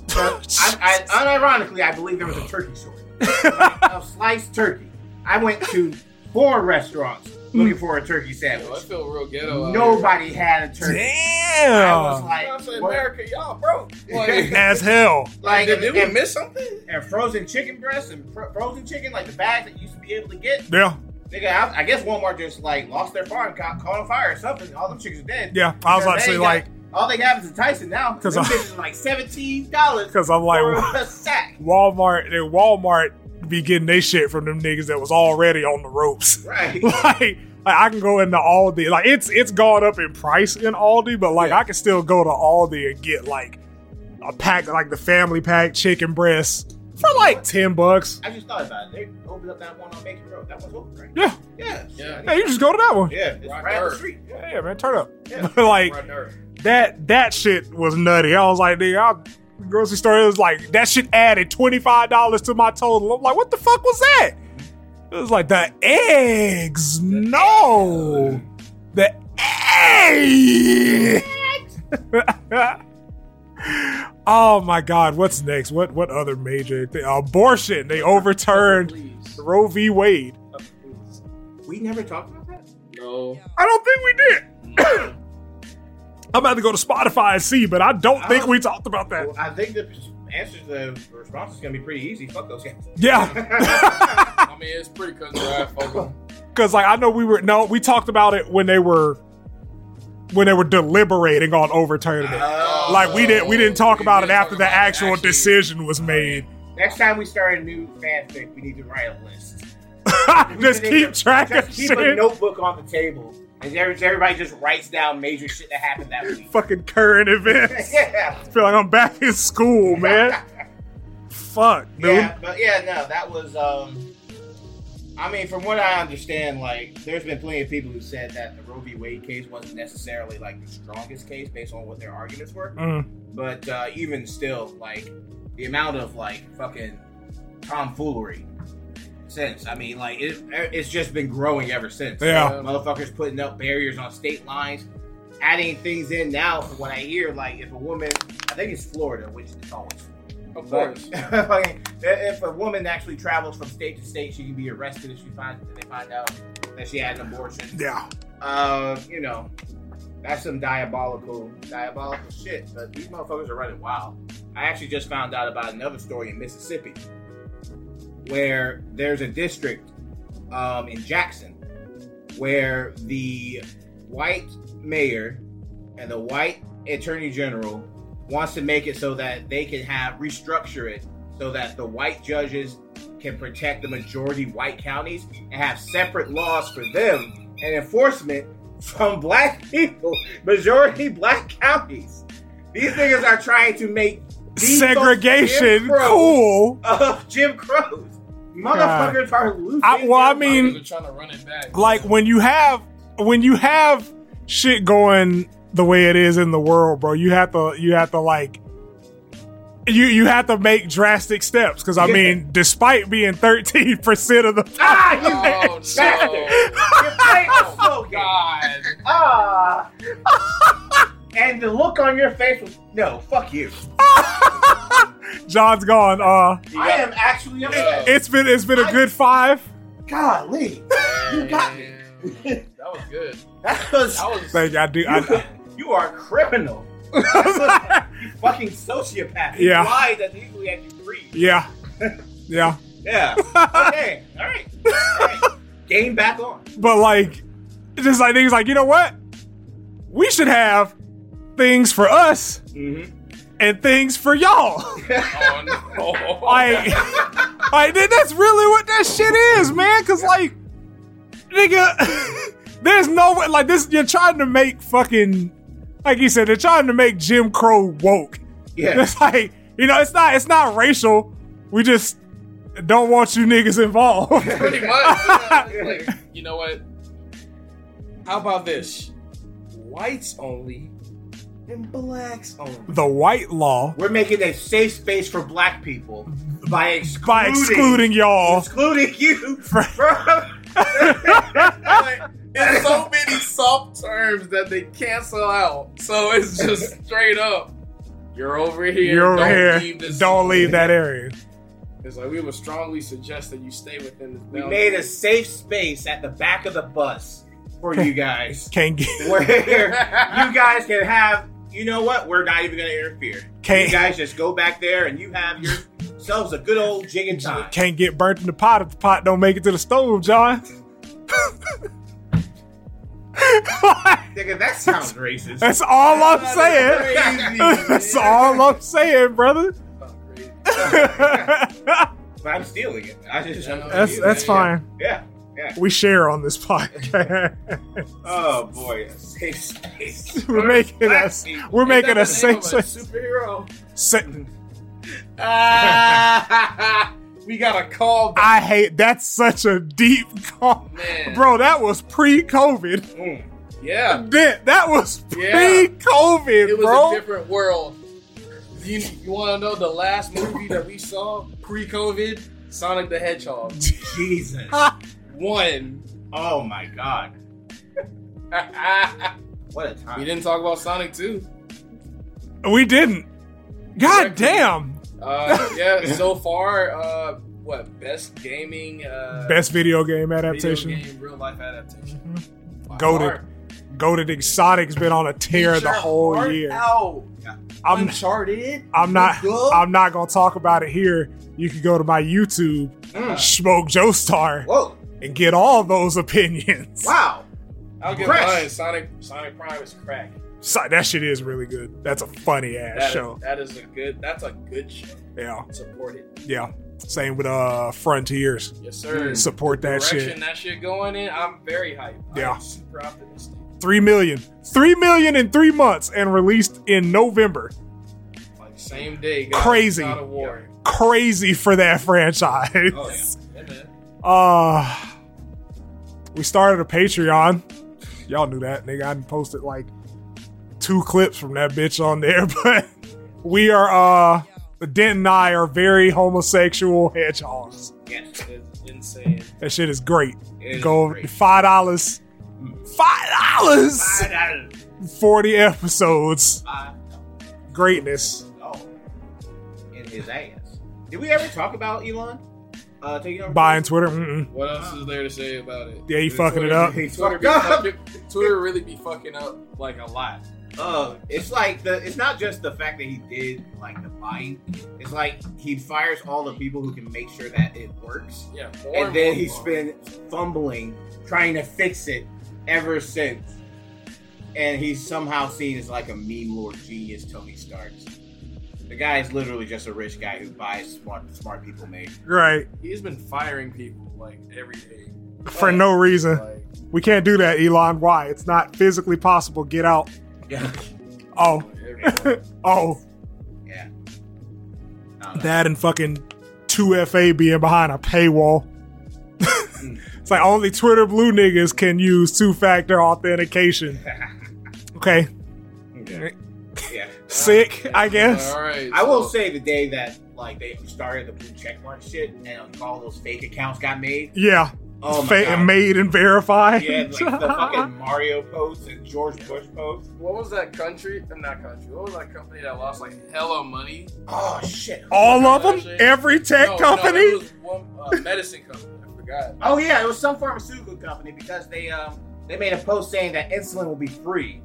Speaker 1: But I, I, unironically, I believe there was a turkey shortage. Like, a sliced turkey. I went to four restaurants looking for a turkey
Speaker 2: Yo, I
Speaker 1: sandwich.
Speaker 2: feel real ghetto. out here.
Speaker 1: Nobody had a turkey. I was
Speaker 3: damn
Speaker 2: I
Speaker 1: like,
Speaker 2: said,
Speaker 1: what?
Speaker 2: America, y'all broke. Like,
Speaker 3: as hell
Speaker 1: like
Speaker 2: did, did we
Speaker 1: and,
Speaker 2: miss something?
Speaker 1: and frozen chicken breasts and fro- frozen chicken, like the bags that you used to be able to get.
Speaker 3: yeah
Speaker 1: Nigga, I, I guess Walmart just like lost their farm, caught, caught on fire or something. All them chickens are dead.
Speaker 3: yeah i was about
Speaker 1: They
Speaker 3: to say
Speaker 1: got-
Speaker 3: like
Speaker 1: all they have is a Tyson now.
Speaker 3: 'Cause
Speaker 1: Because
Speaker 3: I-
Speaker 1: bitches are like seventeen dollars
Speaker 3: because i'm
Speaker 1: for
Speaker 3: like
Speaker 1: a sack.
Speaker 3: walmart they walmart be getting they shit from them niggas that was already on the ropes
Speaker 1: Right.
Speaker 3: like like, I can go into Aldi. Like it's it's gone up in price in Aldi, but like
Speaker 2: Yeah.
Speaker 3: I can still go to Aldi and get like a pack like the family pack chicken breast for like ten bucks.
Speaker 1: I just thought about it. They opened up that one on Macon Road. That one's open, right?
Speaker 3: Yeah.
Speaker 1: Yeah.
Speaker 2: Yeah.
Speaker 1: shit, I
Speaker 3: Yeah, you just go to that one.
Speaker 1: need- Yeah. It's
Speaker 2: Rock
Speaker 1: right up
Speaker 2: Earth.
Speaker 1: the street. Yeah.
Speaker 3: Yeah, man, turn up.
Speaker 1: Yeah.
Speaker 3: But like
Speaker 2: Right there.
Speaker 3: that that shit was nutty. I was like, nigga, I, the grocery store it was like that shit added twenty five dollars to my total. I'm like, what the fuck was that? It was like the eggs. no, the eggs. oh my god, what's next? What what other major thing? Abortion. They overturned
Speaker 2: Please.
Speaker 3: Roe v. Wade.
Speaker 1: We never talked about that.
Speaker 2: No.
Speaker 3: I don't think we did. I'm about to go to Spotify and see, but I don't think we talked about that.
Speaker 1: Well, I think the answer to the response is going to be pretty easy. Fuck those guys.
Speaker 3: Yeah.
Speaker 2: I mean, it's pretty cut and dry, folks.
Speaker 3: Cause like I know we were no, we talked about it when they were when they were deliberating on overturning it.
Speaker 1: Uh,
Speaker 3: like we didn't we didn't talk about it after the actual
Speaker 2: actually-
Speaker 3: decision was made.
Speaker 1: Next time we start a new fanfic, we need to write a list.
Speaker 3: just
Speaker 1: We
Speaker 3: keep
Speaker 1: need to-
Speaker 3: track
Speaker 1: Just
Speaker 3: of
Speaker 1: keep
Speaker 3: shit.
Speaker 1: a notebook on the table, and every- everybody just writes down major shit that happened that week.
Speaker 3: Fucking current events.
Speaker 1: yeah.
Speaker 3: I feel like I'm back in school, Oh, man. Fuck, dude.
Speaker 1: Yeah, but yeah, no, that was. Um, I mean, from what I understand, like there's been plenty of people who said that the Roe v. Wade case wasn't necessarily like the strongest case based on what their arguments were.
Speaker 3: Mm,
Speaker 1: But uh, even still, like the amount of like fucking tomfoolery since. I mean, like it, it's just been growing ever since.
Speaker 3: Yeah.
Speaker 1: motherfuckers putting up barriers on state lines, adding things in now. From what I hear, like if a woman, I think it's Florida, which is always
Speaker 2: Of
Speaker 1: but
Speaker 2: course.
Speaker 1: fucking- if a woman actually travels from state to state, she can be arrested if she finds if they find out that she had an abortion.
Speaker 3: yeah.
Speaker 1: Uh, you know, that's some diabolical, diabolical shit. But these motherfuckers are running wild. I actually just found out about another story in Mississippi where there's a district um, in Jackson where the white mayor and the white attorney general wants to make it so that they can have restructure it so that the white judges can protect the majority white counties and have separate laws for them and enforcement from black people, majority black counties. These niggas are trying to make the
Speaker 3: Segregation,
Speaker 1: Jim Crow
Speaker 3: cool.
Speaker 1: of Jim Crow's. Motherfuckers are losing.
Speaker 3: I- well, I
Speaker 1: their
Speaker 3: mean-
Speaker 1: minds.
Speaker 2: They're trying to run it back.
Speaker 3: Like when you have when you have shit going the way it is in the world, bro. You have to you have to like you you have to make drastic steps because I
Speaker 1: Yeah.
Speaker 3: mean, despite being thirteen percent of the
Speaker 1: ah, you
Speaker 2: oh
Speaker 1: bastard!
Speaker 2: no!
Speaker 1: You're playing the
Speaker 2: Oh
Speaker 1: slow game.
Speaker 2: god!
Speaker 1: Ah. and the look on your face was no, fuck you.
Speaker 3: John's gone. Uh,
Speaker 1: I am actually upset.
Speaker 3: it's been it's been a good five.
Speaker 1: Golly, you got me.
Speaker 2: That was good.
Speaker 1: That was
Speaker 2: That was.
Speaker 3: Like I do.
Speaker 1: you,
Speaker 3: I,
Speaker 1: you are a criminal. you fucking sociopath. You
Speaker 3: Yeah.
Speaker 1: lied that legally had you free.
Speaker 3: yeah, yeah.
Speaker 1: Yeah. Okay. All right. All right. Game back on.
Speaker 3: But like, it's just like things like you know what, we should have things for us
Speaker 1: Mm-hmm.
Speaker 3: and things for y'all.
Speaker 2: Oh no!
Speaker 3: Like, like that- that's really what that shit is, man. Cause like, nigga, there's no way. Like this, you're trying to make fucking, like you said, they're trying to make Jim Crow woke.
Speaker 1: Yeah.
Speaker 3: It's like you know, it's not it's not racial. We just don't want you niggas involved.
Speaker 2: Pretty much. yeah. It's like, you know what? How about this? Whites only and blacks only.
Speaker 3: the white law
Speaker 1: We're making a safe space for black people by excluding,
Speaker 3: by excluding y'all.
Speaker 1: excluding you
Speaker 3: Fra-
Speaker 1: from.
Speaker 2: Like, there's so many soft terms that they cancel out. So it's just straight up. You're over here.
Speaker 3: You're
Speaker 2: don't
Speaker 3: here.
Speaker 2: Leave this
Speaker 3: don't leave that area.
Speaker 2: It's like we would strongly suggest that you stay within this.
Speaker 1: We
Speaker 2: boundary.
Speaker 1: made a safe space at the back of the bus for you guys,
Speaker 3: Can't get,
Speaker 1: where you guys can have. You know what? We're not even going to interfere. You
Speaker 3: can't
Speaker 1: guys just go back there and you have yourselves a good old jig and time.
Speaker 3: can't get burnt in the pot if the pot don't make it to the stove, John.
Speaker 1: Nigga, that sounds racist.
Speaker 3: That's all I'm
Speaker 2: That's
Speaker 3: saying.
Speaker 2: crazy,
Speaker 3: That's
Speaker 2: man.
Speaker 3: all I'm saying, brother.
Speaker 2: Oh, crazy.
Speaker 3: that's
Speaker 1: But I'm stealing it. I just
Speaker 2: Yeah,
Speaker 3: that's fine.
Speaker 1: Yeah.
Speaker 3: We share on this podcast.
Speaker 1: Oh boy, a safe space.
Speaker 3: We're making
Speaker 1: Black
Speaker 3: us-
Speaker 1: people.
Speaker 3: We're making a
Speaker 2: Is that the name
Speaker 3: safe
Speaker 2: of a
Speaker 3: space.
Speaker 2: superhero.
Speaker 3: Sa-
Speaker 2: Ah, we got a call back.
Speaker 3: I hate that's such a deep call.
Speaker 2: Man.
Speaker 3: Bro, that was pre-COVID.
Speaker 1: Mm.
Speaker 2: Yeah.
Speaker 3: That, that was
Speaker 2: Yeah.
Speaker 3: pre-COVID,
Speaker 2: It was
Speaker 3: bro.
Speaker 2: a different world. You, you want to know the last movie that we saw pre COVID? Sonic the Hedgehog.
Speaker 1: Jesus.
Speaker 2: One.
Speaker 1: Oh my god.
Speaker 2: we
Speaker 1: What a time.
Speaker 2: didn't talk about Sonic 2.
Speaker 3: we didn't. God
Speaker 2: Correct.
Speaker 3: damn.
Speaker 2: Uh, yeah, so far, uh, what? Best gaming. Uh,
Speaker 3: Best video game
Speaker 2: video
Speaker 3: adaptation.
Speaker 2: game, real life adaptation. By
Speaker 3: Goated.
Speaker 2: far.
Speaker 3: Goated Exotic's been on a tear
Speaker 2: Eat
Speaker 3: the
Speaker 2: your
Speaker 3: whole
Speaker 2: heart
Speaker 3: year.
Speaker 2: out.
Speaker 3: I'm
Speaker 2: Uncharted.
Speaker 3: I'm not
Speaker 2: Good.
Speaker 3: I'm not gonna talk about it here. You can go to my YouTube,
Speaker 1: Mm.
Speaker 3: Smoke Joe Star,
Speaker 1: Whoa.
Speaker 3: and get all those opinions.
Speaker 1: Wow.
Speaker 2: I'll give
Speaker 1: Crash.
Speaker 2: mine. Sonic Sonic Prime is crack.
Speaker 3: So- that shit is really good. That's a funny ass
Speaker 2: That is,
Speaker 3: show.
Speaker 2: that is a good. That's a good show.
Speaker 3: Yeah,
Speaker 2: Support it.
Speaker 3: yeah. Same with uh Frontiers.
Speaker 2: Yes, sir.
Speaker 3: Support Mm, that
Speaker 2: Direction
Speaker 3: shit.
Speaker 2: that shit going in. I'm very hyped.
Speaker 3: Yeah.
Speaker 2: I'm super optimistic.
Speaker 3: Three million. Three million in three months and released in November.
Speaker 2: Like same day. God,
Speaker 3: Crazy.
Speaker 2: God of War.
Speaker 3: Crazy for that franchise.
Speaker 1: Oh yeah.
Speaker 2: Yeah, man.
Speaker 3: Uh we started a Patreon. Y'all knew that, nigga. I done posted like two clips from that bitch on there, but we are uh Dent and I are very homosexual hedgehogs.
Speaker 1: Yes.
Speaker 2: It's insane.
Speaker 3: That shit is great.
Speaker 1: It is
Speaker 3: Go
Speaker 1: great.
Speaker 3: five dollars. Five dollars
Speaker 1: Five dollars.
Speaker 3: forty episodes.
Speaker 1: Five
Speaker 3: Greatness.
Speaker 1: dollars in his ass. Did we ever talk about Elon? Uh taking over
Speaker 3: Buying Twitter. Mm-mm.
Speaker 2: What else is there to say about it?
Speaker 3: Yeah, you fucking it up.
Speaker 1: He's
Speaker 2: Twitter
Speaker 1: fucked
Speaker 2: be
Speaker 1: up.
Speaker 2: fucking, Twitter really be fucking up like a lot.
Speaker 1: Uh, it's like the it's not just the fact that he did like the buying. It's like he fires all the people who can make sure that it works,
Speaker 2: Yeah.
Speaker 1: and then he's been fumbling trying to fix it ever since. And he's somehow seen as like a meme lord genius, Tony Stark's. The guy is literally just a rich guy who buys smart smart people made.
Speaker 3: Right.
Speaker 2: He's been firing people like every day.
Speaker 3: For no reason.
Speaker 2: Like,
Speaker 3: We can't do that, Elon. Why? It's not physically possible. Get out.
Speaker 1: Yeah,
Speaker 3: Oh,
Speaker 2: every day.
Speaker 3: oh,
Speaker 1: yeah.
Speaker 3: that and fucking 2FA being behind a paywall. it's like only Twitter blue niggas can use two factor authentication. Okay,
Speaker 1: Yeah. yeah.
Speaker 3: sick, I guess.
Speaker 2: All right.
Speaker 1: I will
Speaker 2: so-
Speaker 1: say the day that like they started the blue checkmark shit and all those fake accounts got made.
Speaker 3: Yeah,
Speaker 1: Oh my
Speaker 3: Fa-
Speaker 1: god.
Speaker 3: made and verified.
Speaker 1: Yeah, like the fucking Mario posts and George Bush posts.
Speaker 2: What was that country? uh, Not country. What was that company that lost like hella money?
Speaker 1: Oh shit.
Speaker 3: All of them? Every tech
Speaker 2: No, no,
Speaker 3: company?
Speaker 2: it was one uh, medicine company. I forgot.
Speaker 1: Oh yeah, it was some pharmaceutical company because they um they made a post saying that insulin will be free.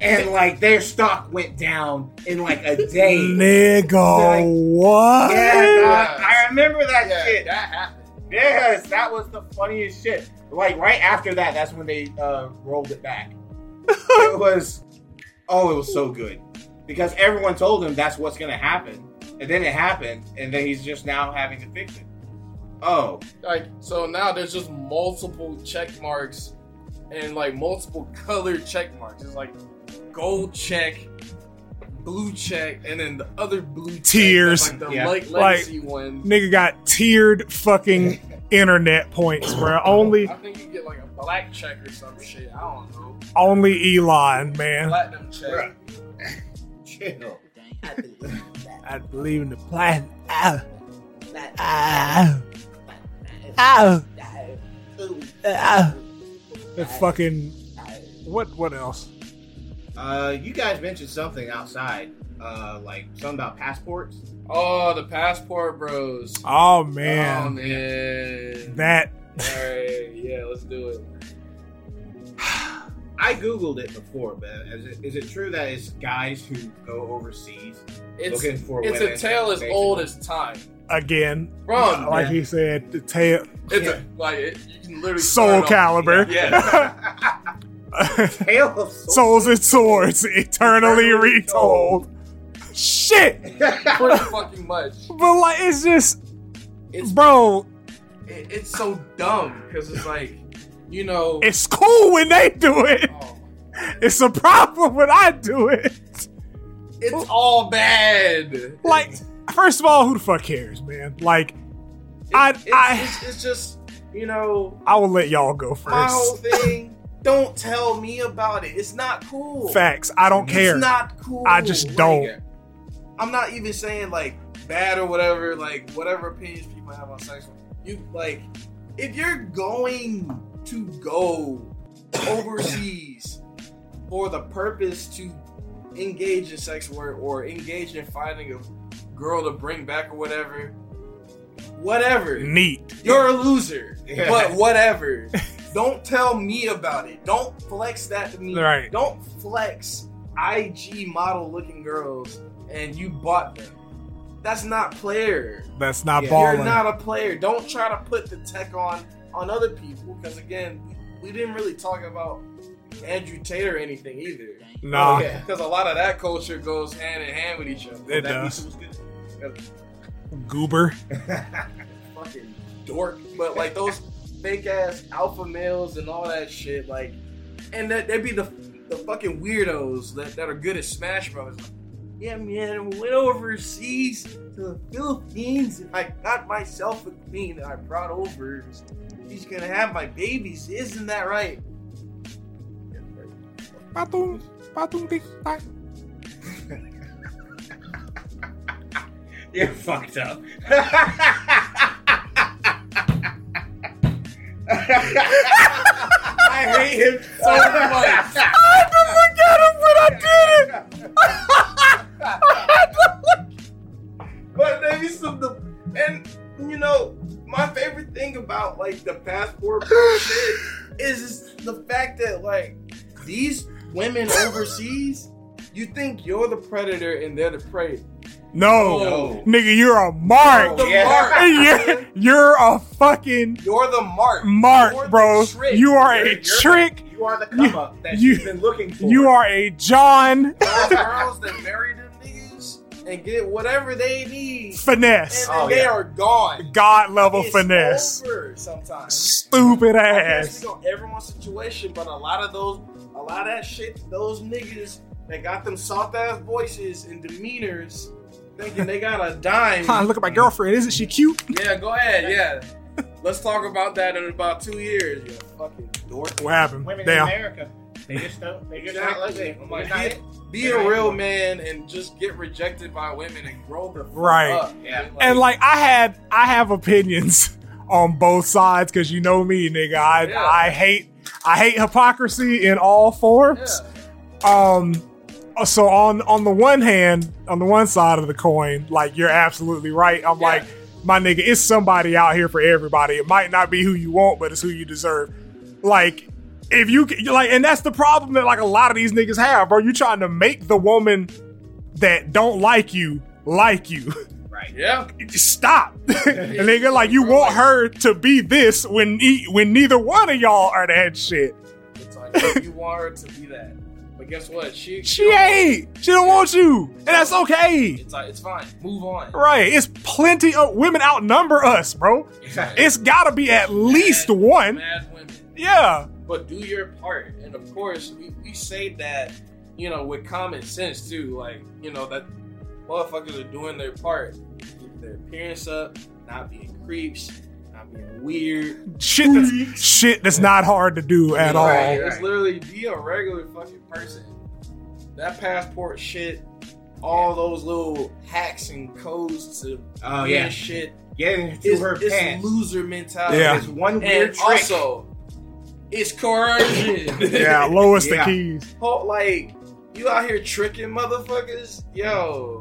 Speaker 1: And like their stock went down in like a day.
Speaker 3: Nigga,
Speaker 1: Like-
Speaker 3: what?
Speaker 1: Yeah, dog, I remember that
Speaker 2: Yeah,
Speaker 1: shit.
Speaker 2: that happened.
Speaker 1: Yes, that was the funniest shit. Like right after that, that's when they uh, rolled it back. it was, oh, it was so good because everyone told him that's what's gonna happen, and then it happened, and then he's just now having to fix it. Oh,
Speaker 2: Like so now there's just multiple check marks and like multiple color check marks. It's like gold check, blue check, and then the other blue check,
Speaker 3: Tears.
Speaker 2: that's, Like the
Speaker 1: Yeah.
Speaker 2: like
Speaker 3: Like-
Speaker 2: legacy one.
Speaker 3: Nigga got tiered fucking internet points, bro. Only
Speaker 2: I think you get like a black check or some shit. I don't know.
Speaker 3: only Elon, man.
Speaker 2: Platinum check.
Speaker 1: Bruh. chill.
Speaker 3: I believe in the plan. Ow. Ow. Ow. Ow. The fucking what what else?
Speaker 1: Uh, you guys mentioned something outside, uh, like something about passports.
Speaker 2: Oh, the passport bros.
Speaker 3: Oh
Speaker 2: Oh
Speaker 3: man.
Speaker 2: man.
Speaker 3: That
Speaker 2: Alright, yeah, let's do it.
Speaker 1: I googled it before, but is it, is it true that it's guys who go overseas
Speaker 2: It's
Speaker 1: looking for
Speaker 2: it's
Speaker 1: women?
Speaker 2: a tale as
Speaker 1: basically?
Speaker 2: old as time.
Speaker 3: again,
Speaker 2: Bro,
Speaker 3: like he said, the tail
Speaker 2: it's a, like it, you can literally
Speaker 3: soul
Speaker 2: start off-
Speaker 3: caliber.
Speaker 1: Yeah. Tale of Soul.
Speaker 3: Souls and swords eternally retold. Shit!
Speaker 2: pretty fucking much.
Speaker 3: But like it's just
Speaker 2: It's
Speaker 3: bro,
Speaker 2: it, it's so dumb because it's like, you know,
Speaker 3: it's cool when they do it.
Speaker 2: oh,
Speaker 3: It's a problem when I do it.
Speaker 2: it's all bad.
Speaker 3: Like, first of all, who the fuck cares, man? Like, I-
Speaker 2: It- it's,
Speaker 3: I-
Speaker 2: it's, it's just you know
Speaker 3: I will let y'all go
Speaker 2: my whole
Speaker 3: first.
Speaker 2: thing. Don't tell me about it. It's not cool.
Speaker 3: Facts. I don't care.
Speaker 2: It's not cool.
Speaker 3: I just
Speaker 2: Like,
Speaker 3: don't.
Speaker 2: I'm not even saying like bad or whatever, like whatever opinions people have on sex. You like if you're going to go overseas for the purpose to engage in sex work or engage in finding a girl to bring back or whatever, whatever.
Speaker 3: Neat.
Speaker 2: You're a loser.
Speaker 1: Yeah.
Speaker 2: But whatever. Don't tell me about it. Don't flex that to me.
Speaker 3: Right.
Speaker 2: Don't flex IG model looking girls and you bought them. That's not player.
Speaker 3: That's not
Speaker 1: Yeah.
Speaker 3: balling.
Speaker 2: You're not a player. Don't try to put the tech on on other people because again, we didn't really talk about Andrew Tate or anything either.
Speaker 3: nah.
Speaker 1: Okay.
Speaker 2: Because a lot of that culture goes hand in hand with each other.
Speaker 3: It
Speaker 1: That
Speaker 3: does.
Speaker 1: pizza was good.
Speaker 3: Goober.
Speaker 2: fucking dork. But like those fake ass alpha males and all that shit, like, and that they be the the fucking weirdos that, that are good at Smash Brothers. Like, yeah, man, I went overseas to the Philippines and I got myself a queen that I brought over. She's gonna have my babies, isn't that right?
Speaker 3: Patung. Patung dik tak.
Speaker 1: You're fucked up. I hate him so
Speaker 2: Oh
Speaker 1: much.
Speaker 3: I forgot it when I did it.
Speaker 2: But they be some the and you know my favorite thing about like the passport bullshit is, is the fact that like these women overseas, you think you're the predator and they're the prey. Oh,
Speaker 3: No,
Speaker 1: Oh.
Speaker 2: No.
Speaker 3: nigga, you're a mark.
Speaker 2: The
Speaker 1: Yeah.
Speaker 3: you're,
Speaker 2: mark.
Speaker 3: you're a fucking
Speaker 2: You're the mark. You're
Speaker 3: mark,
Speaker 2: the
Speaker 3: bro.
Speaker 2: trick.
Speaker 3: You are
Speaker 1: You're-
Speaker 3: a
Speaker 1: you're-
Speaker 3: trick.
Speaker 1: You are the come up that
Speaker 3: you-
Speaker 1: you, have been looking for.
Speaker 3: You are a John
Speaker 2: Those girls that marry them niggas and get whatever they need, and
Speaker 3: finesse,
Speaker 2: then
Speaker 1: Oh,
Speaker 2: they
Speaker 1: yeah.
Speaker 2: are gone.
Speaker 3: god level
Speaker 2: It's
Speaker 3: finesse,
Speaker 2: over sometimes.
Speaker 3: stupid
Speaker 2: I guess
Speaker 3: ass.
Speaker 2: we don't every one's situation, but a lot of those, a lot of that shit, those niggas that got them soft ass voices and demeanors, thinking they got a dime.
Speaker 3: Huh, look at my girlfriend. Isn't she cute?
Speaker 2: yeah, go ahead. Yeah, let's talk about that in about two years. You fucking dork.
Speaker 3: What happened?
Speaker 1: women in
Speaker 3: Damn.
Speaker 1: America. They just don't. They just not like
Speaker 2: Exactly. Oh
Speaker 1: it. They're
Speaker 2: I'm like,
Speaker 1: not
Speaker 2: be,
Speaker 1: it.
Speaker 2: be a real man and just get rejected by women and grow the fuck
Speaker 3: Right.
Speaker 2: up.
Speaker 1: Yeah.
Speaker 2: Like,
Speaker 3: And like I had, I have opinions on both sides because you know me, nigga. I
Speaker 2: Yeah.
Speaker 3: I hate, I hate hypocrisy in all
Speaker 2: yeah.
Speaker 3: forms. um so on on the one hand on the one side of the coin like you're absolutely right i'm
Speaker 2: Yeah.
Speaker 3: like my nigga it's somebody out here for everybody it might not be who you want but it's who you deserve like if you c- like and that's the problem that like a lot of these niggas have bro you trying to make the woman that don't like you like you
Speaker 1: Right.
Speaker 2: yeah,
Speaker 3: Just stop nigga like you
Speaker 2: Bro,
Speaker 3: want
Speaker 2: like-
Speaker 3: her to be this when e- when neither one of y'all are that shit
Speaker 2: it's like you want her to be that, but guess what? She
Speaker 3: she ain't she don't want you and that's okay
Speaker 2: It's like it's fine. Move on.
Speaker 3: Right. It's plenty of women outnumber us, bro. It's gotta be at least
Speaker 2: Mad-
Speaker 3: one.
Speaker 2: Mad women.
Speaker 3: Yeah.
Speaker 2: But do your part. And of course, we, we say that, you know, with common sense too. Like, you know, that motherfuckers are doing their part. Keeping their appearance up, not being creeps, not being weird.
Speaker 3: Shit that's shit that's not hard to do at
Speaker 2: Right,
Speaker 3: all.
Speaker 2: It's literally be a regular fucking person. That passport shit, all those little hacks and codes to
Speaker 1: Oh,
Speaker 2: being
Speaker 1: yeah.
Speaker 2: shit.
Speaker 1: Get into
Speaker 2: It's,
Speaker 1: her
Speaker 2: it's
Speaker 1: pants.
Speaker 2: loser mentality.
Speaker 3: Yeah.
Speaker 1: It's one weird
Speaker 2: And
Speaker 1: trick.
Speaker 2: also, it's coercion.
Speaker 3: Yeah, lowest the
Speaker 1: Yeah.
Speaker 3: keys.
Speaker 2: Ho- like you out here tricking motherfuckers, yo.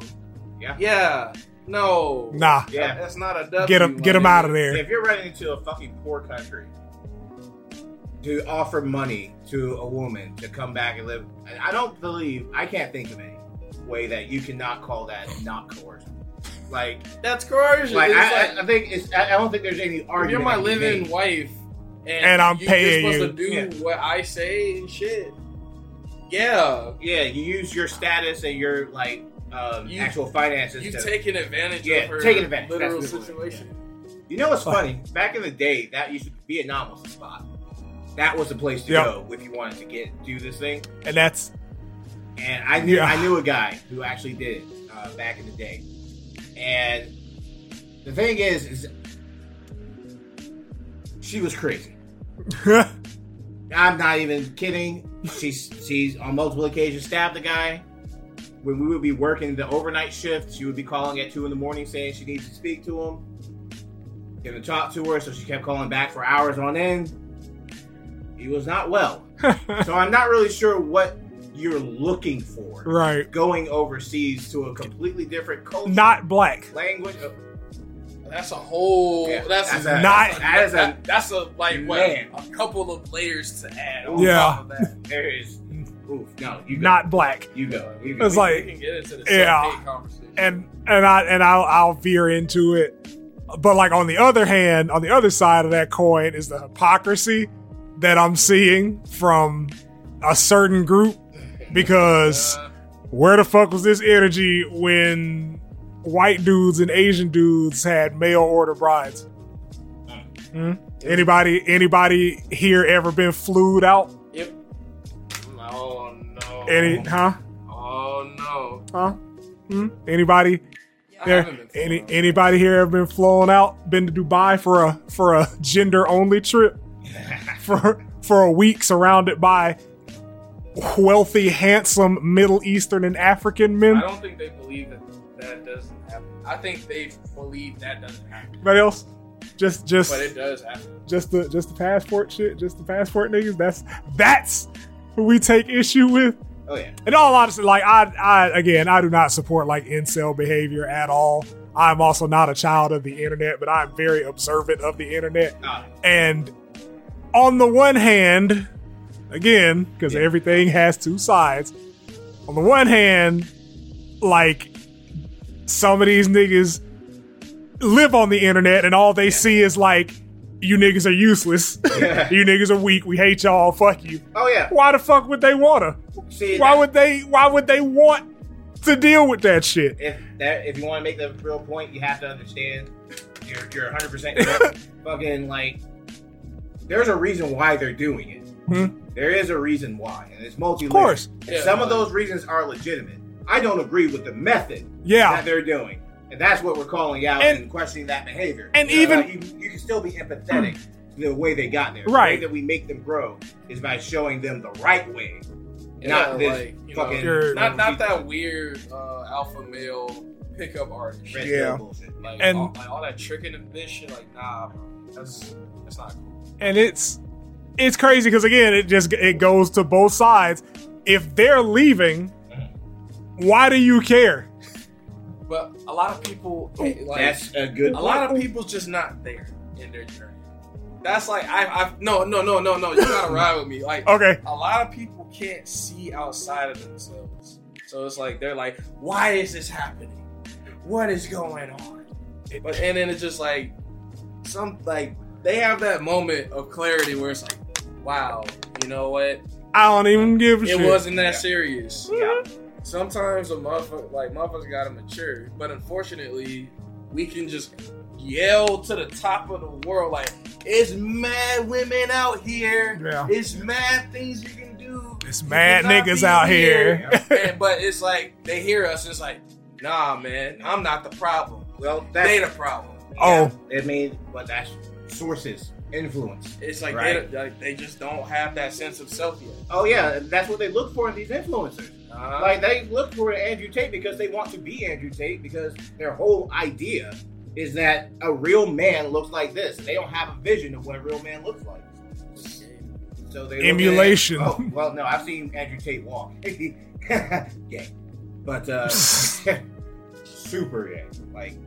Speaker 1: Yeah.
Speaker 2: Yeah. No.
Speaker 3: Nah.
Speaker 2: That-
Speaker 1: yeah.
Speaker 2: That's not a W.
Speaker 3: Get him
Speaker 2: my
Speaker 3: get him
Speaker 2: nigga.
Speaker 3: out of there.
Speaker 1: If you're running into a fucking poor country to offer money to a woman to come back and live, I- I don't believe I can't think of any way that you cannot call that not coercion. Like,
Speaker 2: That's coercion.
Speaker 1: like,
Speaker 2: It's
Speaker 1: I,
Speaker 2: like,
Speaker 1: I- I think it's. I, I don't think there's any
Speaker 2: if
Speaker 1: argument.
Speaker 2: you're my
Speaker 1: that can be
Speaker 2: living
Speaker 1: made.
Speaker 2: wife, and,
Speaker 3: And I'm
Speaker 2: you,
Speaker 3: paying
Speaker 2: you're
Speaker 3: you.
Speaker 2: supposed to do what I say and shit. Yeah.
Speaker 1: Yeah, you use your status and your like um,
Speaker 2: You-
Speaker 1: actual finances.
Speaker 2: You
Speaker 1: to,
Speaker 2: taking advantage
Speaker 1: Yeah,
Speaker 2: of her
Speaker 1: taking advantage.
Speaker 2: literal
Speaker 1: That's the word,
Speaker 2: situation.
Speaker 1: you know what's funny? Back in the day, that used to Vietnam was the spot. That was the place to
Speaker 3: Yeah.
Speaker 1: go if you wanted to get do this thing.
Speaker 3: And that's
Speaker 1: and I knew
Speaker 3: Yeah.
Speaker 1: I knew a guy who actually did it uh, back in the day. And the thing is, is she was crazy. I'm not even kidding. She's she's on multiple occasions stabbed the guy. When we would be working the overnight shift, she would be calling at two in the morning saying she needs to speak to him. Gonna talk to her, so she kept calling back for hours on end. He was not well. so I'm not really sure what you're looking for
Speaker 3: right.
Speaker 1: going overseas to a completely different culture,
Speaker 3: Not black.
Speaker 1: language. uh,
Speaker 2: That's a whole.
Speaker 1: Yeah,
Speaker 2: that's
Speaker 1: that's
Speaker 2: a,
Speaker 1: a-
Speaker 2: that's
Speaker 1: that is a-
Speaker 2: that- that's a like what
Speaker 1: Man.
Speaker 2: a couple of layers to add. On
Speaker 3: Yeah.
Speaker 2: Top of that.
Speaker 1: There is, oof, no, you go,
Speaker 3: Not black.
Speaker 1: you go. You go.
Speaker 3: It's
Speaker 2: We-
Speaker 3: like-
Speaker 2: we can get into the
Speaker 3: yeah.
Speaker 2: self-hate conversation.
Speaker 3: And and I and I'll I'll veer into it. But like on the other hand, on the other side of that coin is the hypocrisy that I'm seeing from a certain group because
Speaker 2: Uh,
Speaker 3: where the fuck was this energy when white dudes and Asian dudes had mail order brides? Hmm? Anybody anybody here ever been flued out?
Speaker 2: yep. Oh no.
Speaker 3: Any huh?
Speaker 2: Oh no.
Speaker 3: Huh? Hmm? Anybody
Speaker 2: I
Speaker 3: there,
Speaker 2: haven't been
Speaker 3: any
Speaker 2: flown out.
Speaker 3: anybody here ever been flown out? Been to Dubai for a for a gender only trip for for a week surrounded by wealthy, handsome Middle Eastern and African
Speaker 2: I
Speaker 3: men?
Speaker 2: don't think they believe that that doesn't happen. I think they believe that doesn't happen,
Speaker 3: Anybody else? Just just
Speaker 2: but it does happen.
Speaker 3: just the just the passport shit, just the passport niggas. That's that's who we take issue with.
Speaker 1: Oh yeah,
Speaker 3: In all honesty, like I, I again, I do not support like incel behavior at all. I'm also not a child of the internet, but I'm very observant of the internet.
Speaker 1: Ah,
Speaker 3: And on the one hand, again because
Speaker 1: Yeah.
Speaker 3: everything has two sides. On the one hand, like some of these niggas live on the internet and all they see is like, you niggas are useless. you niggas are weak. We hate y'all. Fuck you.
Speaker 1: Oh yeah.
Speaker 3: Why the fuck would they wanna?
Speaker 1: See,
Speaker 3: Why
Speaker 1: that-
Speaker 3: would they? Why would they want to deal with that shit?
Speaker 1: if that if you want to make the real point, you have to understand you're you're 100 percent correct. fucking like there's a reason why they're doing it.
Speaker 3: Hmm.
Speaker 1: There is a reason why, and it's multi.
Speaker 3: Of course.
Speaker 2: Yeah.
Speaker 1: some of those reasons are legitimate. I don't agree with the method
Speaker 3: Yeah.
Speaker 1: that they're doing, and that's what we're calling out
Speaker 3: And-
Speaker 1: and, questioning that behavior.
Speaker 3: and
Speaker 1: You know,
Speaker 3: even- Hmm.
Speaker 1: like, you, you can still be empathetic. to The way they got there,
Speaker 3: Right.
Speaker 1: The way that we make them grow is by showing them the right way. Not this
Speaker 2: you
Speaker 1: fucking-
Speaker 3: You're-
Speaker 2: not not that weird uh, alpha male pickup artist.
Speaker 1: Red
Speaker 2: shit.
Speaker 1: pill
Speaker 3: Yeah.
Speaker 1: bullshit.
Speaker 2: Like,
Speaker 3: And-
Speaker 2: all, like all that tricking and bitch shit. Like nah, bro, that's that's not cool.
Speaker 3: And it's it's crazy because again, it just it goes to both sides. If they're leaving, why do you care?
Speaker 2: But a lot of people like
Speaker 1: Oh, That's a good.
Speaker 2: a lot of people's just not there in their journey. That's like I I no no no no no. You gotta ride with me. Like
Speaker 3: Okay.
Speaker 2: a lot of people can't see outside of themselves. So it's like they're like, why is this happening? What is going on? But and then it's just like some like they have that moment of clarity where it's like, wow, you know what?
Speaker 3: I don't even give a
Speaker 2: It
Speaker 3: shit.
Speaker 2: wasn't that
Speaker 1: Yeah.
Speaker 2: serious.
Speaker 1: Yeah.
Speaker 2: Sometimes a motherfucker like motherfuckers gotta mature, but unfortunately, we can just yell to the top of the world like it's mad women out here.
Speaker 3: Yeah.
Speaker 2: It's mad things you can do.
Speaker 3: It's
Speaker 2: You
Speaker 3: mad
Speaker 2: cannot
Speaker 3: niggas
Speaker 2: be
Speaker 3: out here.
Speaker 2: and, but it's like they hear us. It's like, nah, man, I'm not the problem.
Speaker 1: Well, that's,
Speaker 2: They the problem.
Speaker 3: Oh.
Speaker 1: I mean, but that's sources, influence.
Speaker 2: It's like,
Speaker 1: Right.
Speaker 2: they, like they just don't have that sense of self yet.
Speaker 1: Oh yeah, that's what they look for in these influencers.
Speaker 2: Uh-huh.
Speaker 1: Like they look for Andrew Tate because they want to be Andrew Tate because their whole idea is that a real man looks like this. They don't have a vision of what a real man looks like. So they look at-
Speaker 3: Emulation.
Speaker 1: oh, well, no, I've seen Andrew Tate walk. gay, but uh, super gay. Like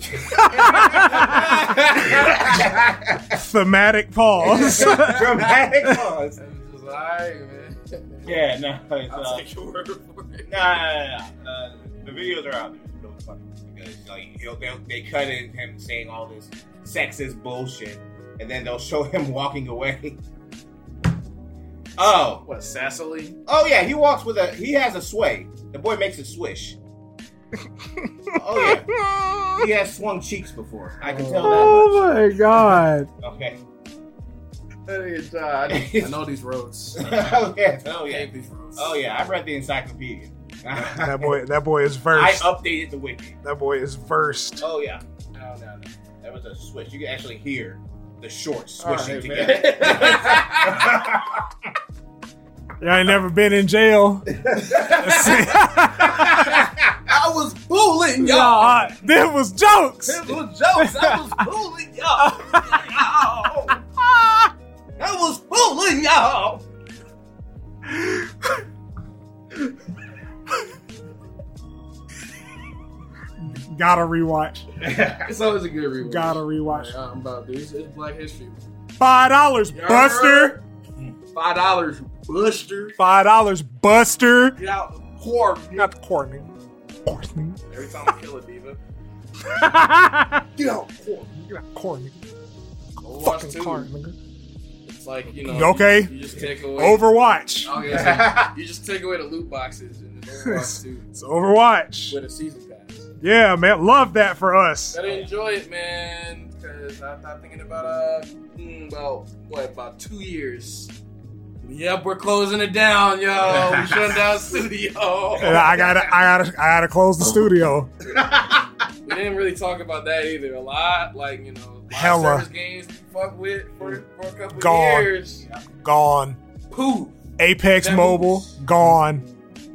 Speaker 3: Thematic pause.
Speaker 1: dramatic pause.
Speaker 2: It's just like, alright, man.
Speaker 1: Yeah, no, it's,
Speaker 2: I'll
Speaker 1: uh,
Speaker 2: take your word for it.
Speaker 1: nah, nah, nah, nah. Uh, the videos are out there. It's really funny because like he'll, they'll, they cut in him saying all this sexist bullshit, and then they'll show him walking away. Oh,
Speaker 2: What, Sassily?
Speaker 1: oh yeah, he walks with a he has a sway. The boy makes a swish. oh yeah, he has swung cheeks before. I can tell that.
Speaker 3: oh my god.
Speaker 1: Much. Okay.
Speaker 2: uh, I know these roads.
Speaker 1: oh yeah. Oh
Speaker 2: I
Speaker 1: yeah.
Speaker 2: hate these roads.
Speaker 1: Oh yeah. I read the encyclopedia.
Speaker 3: That boy. That boy is
Speaker 1: I
Speaker 3: versed.
Speaker 1: updated the wiki.
Speaker 3: that boy is versed.
Speaker 1: Oh yeah. No, no, no. That was a swish. You can actually hear the shorts
Speaker 2: All
Speaker 1: swishing
Speaker 2: right,
Speaker 1: together.
Speaker 3: Y'all ain't never been in jail.
Speaker 2: I was fooling y'all.
Speaker 3: Y'all, there was jokes.
Speaker 2: It was jokes. I was fooling y'all. y'all. I was fooling y'all.
Speaker 3: Gotta rewatch.
Speaker 2: It's always a good rewatch.
Speaker 3: Gotta rewatch.
Speaker 2: I'm about to. It's, it's Black History.
Speaker 3: Five dollars, Buster.
Speaker 2: Five dollars, Buster.
Speaker 3: Five dollars, Buster.
Speaker 2: Get out the core.
Speaker 3: Not the Courtney. Courtney.
Speaker 2: Every time I kill a diva.
Speaker 3: Get out, Courtney. Get out, Courtney.
Speaker 2: Overwatch
Speaker 3: Fucking
Speaker 2: two.
Speaker 3: car, nigga.
Speaker 2: It's like you know.
Speaker 3: Okay.
Speaker 2: You, you just take away. Oh,
Speaker 3: Overwatch.
Speaker 2: Okay, so you just take away the loot boxes and it's Overwatch two
Speaker 3: It's Overwatch.
Speaker 2: with a season pass.
Speaker 3: Yeah, man. Love that for us.
Speaker 2: Better enjoy it, man. Because I'm not thinking about uh, mm, about what about two years. Yep, we're closing it down, yo. We shutting down studio.
Speaker 3: And I gotta, I gotta, I gotta close the studio.
Speaker 2: We didn't really talk about that either. A lot, like you know, live
Speaker 3: Hella.
Speaker 2: service games we fuck with for, for a couple
Speaker 3: uh, Gone.
Speaker 2: years.
Speaker 3: Gone.
Speaker 2: Pooh.
Speaker 3: Apex
Speaker 2: That
Speaker 3: Mobile
Speaker 2: moves.
Speaker 3: gone.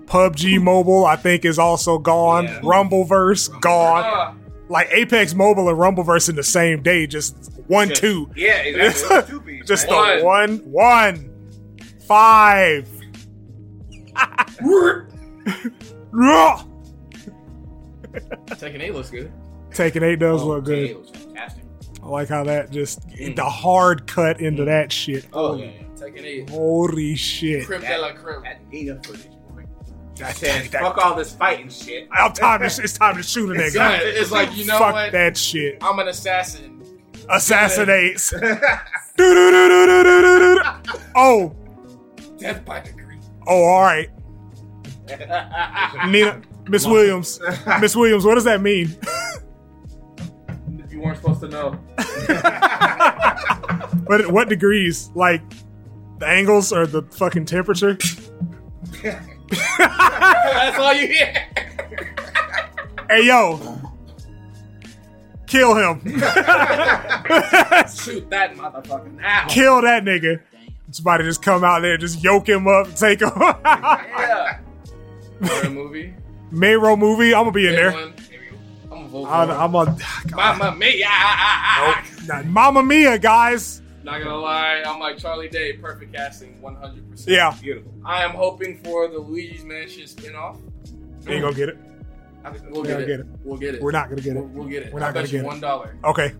Speaker 3: PUBG Mobile, I think, is also gone.
Speaker 1: Yeah.
Speaker 3: Rumbleverse gone.
Speaker 2: Ah,
Speaker 3: Like Apex Mobile and Rumbleverse in the same day, just one,
Speaker 1: Just-
Speaker 3: two,
Speaker 1: Yeah, exactly. It's a two piece.
Speaker 3: just
Speaker 1: right?
Speaker 3: the one, one, five. Ruh!
Speaker 2: Taking eight looks good.
Speaker 3: Taking eight does
Speaker 1: Oh,
Speaker 3: look
Speaker 1: Tay
Speaker 3: good.
Speaker 1: was Oh, fantastic.
Speaker 3: I like how that just
Speaker 2: Mm.
Speaker 3: the hard cut into that shit.
Speaker 1: Oh yeah, yeah. Take it.
Speaker 2: It
Speaker 3: Holy shit!
Speaker 2: creme de la creme.
Speaker 1: That Nina footage, boy. I
Speaker 3: That-
Speaker 1: said,
Speaker 3: that-
Speaker 1: fuck all this fighting shit.
Speaker 3: I'm time to, it's time to shoot a
Speaker 2: It's,
Speaker 3: nigga.
Speaker 2: it's like you know
Speaker 3: Fuck
Speaker 2: what?
Speaker 3: that shit.
Speaker 2: I'm an assassin.
Speaker 3: Assassinates.
Speaker 1: That's
Speaker 3: Do-do-do-do-do-do-do-do. oh,
Speaker 2: Death by degree.
Speaker 3: oh, all right. Nina, Miss Williams, Miss Williams, what does that mean?
Speaker 2: You weren't supposed to know.
Speaker 3: What what degrees? Like the angles or the fucking temperature?
Speaker 2: That's all you hear.
Speaker 3: Hey yo, kill him,
Speaker 2: Shoot that motherfucker now.
Speaker 3: kill that nigga. Somebody just come out there, just yoke him up, take him.
Speaker 2: Yeah. Horror movie.
Speaker 3: Mayro movie, I'm gonna be in
Speaker 2: Big
Speaker 3: there.
Speaker 2: one. I'm a vote
Speaker 3: I'm,
Speaker 2: for it.
Speaker 3: I'm a
Speaker 2: Mamma mia.
Speaker 3: Nope. Mamma Mia, guys.
Speaker 2: ah, Not gonna lie, I'm like Charlie Day, perfect casting, 100%.
Speaker 3: Yeah,
Speaker 1: beautiful.
Speaker 2: I am hoping for the Luigi's Mansion spinoff.
Speaker 3: we ain't gonna get it.
Speaker 2: We'll
Speaker 3: We
Speaker 2: get,
Speaker 3: don't
Speaker 2: it.
Speaker 3: get it.
Speaker 2: We'll get it.
Speaker 3: We're not gonna get
Speaker 2: We'll,
Speaker 3: it.
Speaker 2: we'll get it.
Speaker 3: We're
Speaker 2: I
Speaker 3: not
Speaker 2: bet
Speaker 3: gonna
Speaker 2: you
Speaker 3: get it.
Speaker 2: one dollar.
Speaker 3: Okay,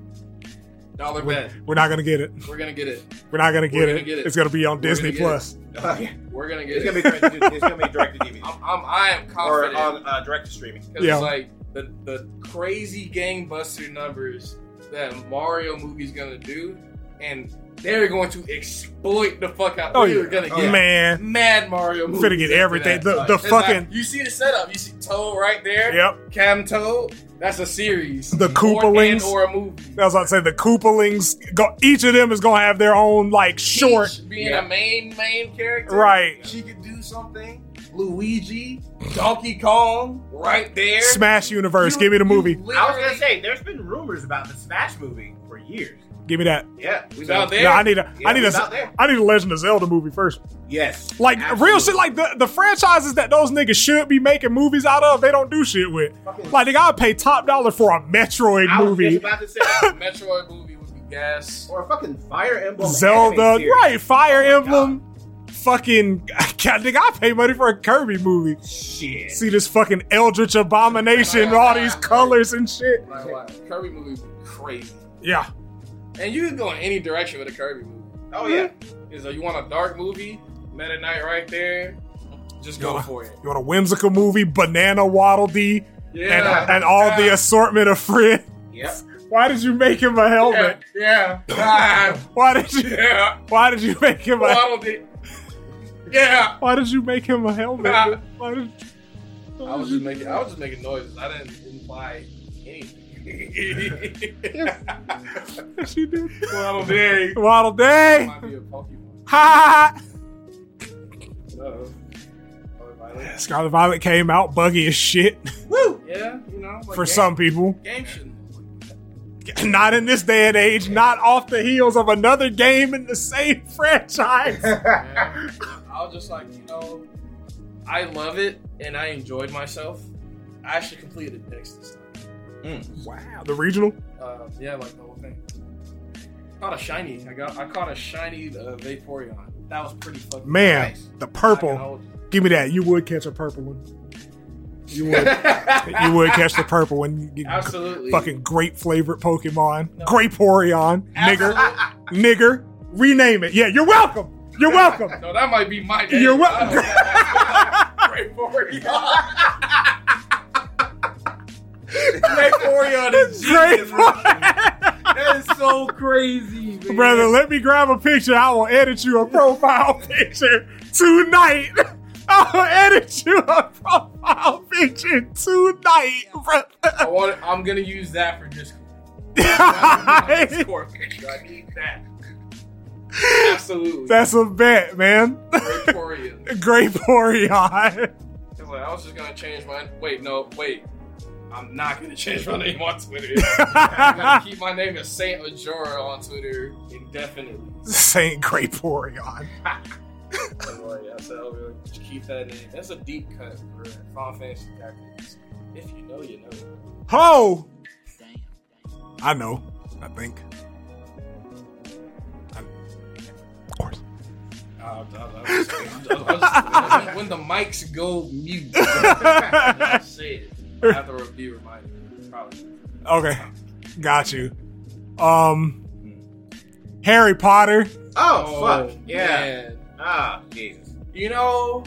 Speaker 2: Dollar
Speaker 3: we're,
Speaker 2: bet.
Speaker 3: we're not gonna get it.
Speaker 2: We're gonna get it.
Speaker 3: We're not gonna get,
Speaker 2: We're gonna
Speaker 3: it.
Speaker 2: get it.
Speaker 3: It's gonna be on
Speaker 2: We're
Speaker 3: Disney
Speaker 2: gonna get
Speaker 3: Plus.
Speaker 1: Oh, yeah.
Speaker 2: We're gonna
Speaker 1: It's
Speaker 2: get
Speaker 1: gonna be
Speaker 2: it.
Speaker 1: direct to, it's gonna be direct to DVD
Speaker 2: I'm, I'm, I am
Speaker 1: or
Speaker 2: confident.
Speaker 1: on uh, direct to streaming.
Speaker 2: Because
Speaker 3: Yeah.
Speaker 2: it's like the, the crazy gangbuster numbers that Mario movie's gonna do, and they're going to exploit the fuck out.
Speaker 3: Oh,
Speaker 2: we are
Speaker 3: yeah.
Speaker 2: gonna
Speaker 1: Oh,
Speaker 2: get
Speaker 3: Man,
Speaker 2: mad Mario
Speaker 3: we're
Speaker 2: movie.
Speaker 3: gonna get everything. The the fucking
Speaker 2: you see the setup. You see Toad right there.
Speaker 3: yep.
Speaker 2: Cam Toad. That's a series.
Speaker 3: The
Speaker 2: Koopalings
Speaker 3: Koopalings.
Speaker 2: or, and or a movie.
Speaker 3: I was about to say the Koopalings. Go, each of them is gonna have their own like short.
Speaker 2: Peach being
Speaker 1: Yeah.
Speaker 2: a main main character.
Speaker 3: Right.
Speaker 2: She could do something. Luigi, Donkey Kong, right there.
Speaker 3: Smash Universe.
Speaker 2: You-
Speaker 3: give me the
Speaker 2: you
Speaker 3: movie.
Speaker 1: I was
Speaker 2: literally-
Speaker 1: gonna say, there's been rumors about the Smash movie for years.
Speaker 3: Give me that.
Speaker 1: Yeah,
Speaker 2: We about there.
Speaker 3: No, I need a.
Speaker 1: Yeah,
Speaker 3: I need
Speaker 1: we
Speaker 3: a.
Speaker 1: about there.
Speaker 3: I need a Legend of Zelda movie first.
Speaker 1: Yes,
Speaker 3: Like real
Speaker 1: absolutely.
Speaker 3: shit. Like the, the franchises that those niggas should be making movies out of, they don't do shit with. Like they gotta pay top dollar for a Metroid
Speaker 1: I was
Speaker 3: movie,
Speaker 1: just about to say,
Speaker 2: Metroid movie would be gas.
Speaker 1: or a fucking Fire Emblem,
Speaker 3: Zelda,
Speaker 1: anime series.
Speaker 3: right? Fire
Speaker 1: Oh my
Speaker 3: Emblem, fucking. God, they gotta pay money for a Kirby movie.
Speaker 1: Shit.
Speaker 3: See this fucking Eldritch abomination, all these colors and shit.
Speaker 2: Like, like, Kirby movie would be crazy.
Speaker 3: Yeah,
Speaker 2: And you can go in any direction with a Kirby movie.
Speaker 1: oh yeah,
Speaker 2: Is that you want a dark movie, Meta Knight right there, just go for it.
Speaker 3: you want a whimsical movie, Banana Waddle Dee,
Speaker 2: Yeah.
Speaker 3: and, uh, and all the
Speaker 2: Yeah.
Speaker 3: assortment of friends.
Speaker 1: yep.
Speaker 3: Why did you make him a helmet?
Speaker 2: Yeah. Yeah.
Speaker 3: Why did you?
Speaker 2: yeah. Oh,
Speaker 3: Why did you make him a?
Speaker 2: Waddle Dee. Yeah.
Speaker 3: Why did you make him a helmet? dude? Why did, why
Speaker 2: I was
Speaker 3: did
Speaker 2: just making I was just making noises. I didn't imply anything.
Speaker 3: you- yes, you did.
Speaker 2: Waddle Dee.
Speaker 3: Waddle Day. Ha
Speaker 2: Might be a Pokemon.
Speaker 3: ha. ha.
Speaker 2: Uh-oh. Oh, Violet.
Speaker 3: Scarlet Violet came out buggy as shit
Speaker 1: Woo.
Speaker 2: Yeah, you know. like
Speaker 3: for
Speaker 2: game-
Speaker 3: some people.
Speaker 2: game shouldn't
Speaker 3: Not in this day and age. Not off the heels of another game in the same franchise.
Speaker 2: man. I was just like, you know, I love it and I enjoyed myself. I should complete it next this time.
Speaker 3: wow, the regional.
Speaker 2: Uh, yeah, like the whole thing. Caught a shiny. I got. I caught a shiny uh, Vaporeon. That was pretty fucking
Speaker 3: Man,
Speaker 2: nice.
Speaker 3: the
Speaker 2: I can
Speaker 3: purple.
Speaker 2: hold it.
Speaker 3: Give me that. You would catch a purple one. You would. you would catch the purple one. You-
Speaker 2: Absolutely.
Speaker 3: Fucking grape flavored Pokemon.
Speaker 2: No.
Speaker 3: Grape Orion. Nigger.
Speaker 2: Absolutely.
Speaker 3: Nigger. Rename it. Yeah, you're welcome. You're welcome.
Speaker 2: No, that might be my. name.
Speaker 3: You're welcome.
Speaker 2: Great Vaporeon. Great Vaporeon is
Speaker 3: Grape
Speaker 2: genius, bro.
Speaker 3: Orion.
Speaker 2: That is so crazy, man.
Speaker 3: Brother, let me grab a picture. I will edit you a profile picture tonight. I will edit you a profile picture tonight, brother.
Speaker 2: I want. I'm gonna use that for Discord. Discord picture. I need that. Absolutely.
Speaker 3: That's a bet, man.
Speaker 2: Great Korean.
Speaker 3: Grape Orion.
Speaker 2: It's like, I was just gonna change my. Wait, no, wait. I'm not gonna change my name on Twitter. I'm gonna keep my name as Saint Ajora on Twitter indefinitely.
Speaker 3: Saint Grape Orion.
Speaker 2: I'm like, I said, oh, really? Just keep that name. That's a deep cut for Final Fantasy Tactics. If you know, you know.
Speaker 3: Ho! I know. I think. i of course.
Speaker 2: I, I, I was just- I was just- when, the mics go mute, I say it. I have to be reminded. Probably.
Speaker 3: Okay. Got you. Um, Harry Potter.
Speaker 1: Oh, fuck. Yeah.
Speaker 2: man.
Speaker 1: Ah, Jesus.
Speaker 2: You know,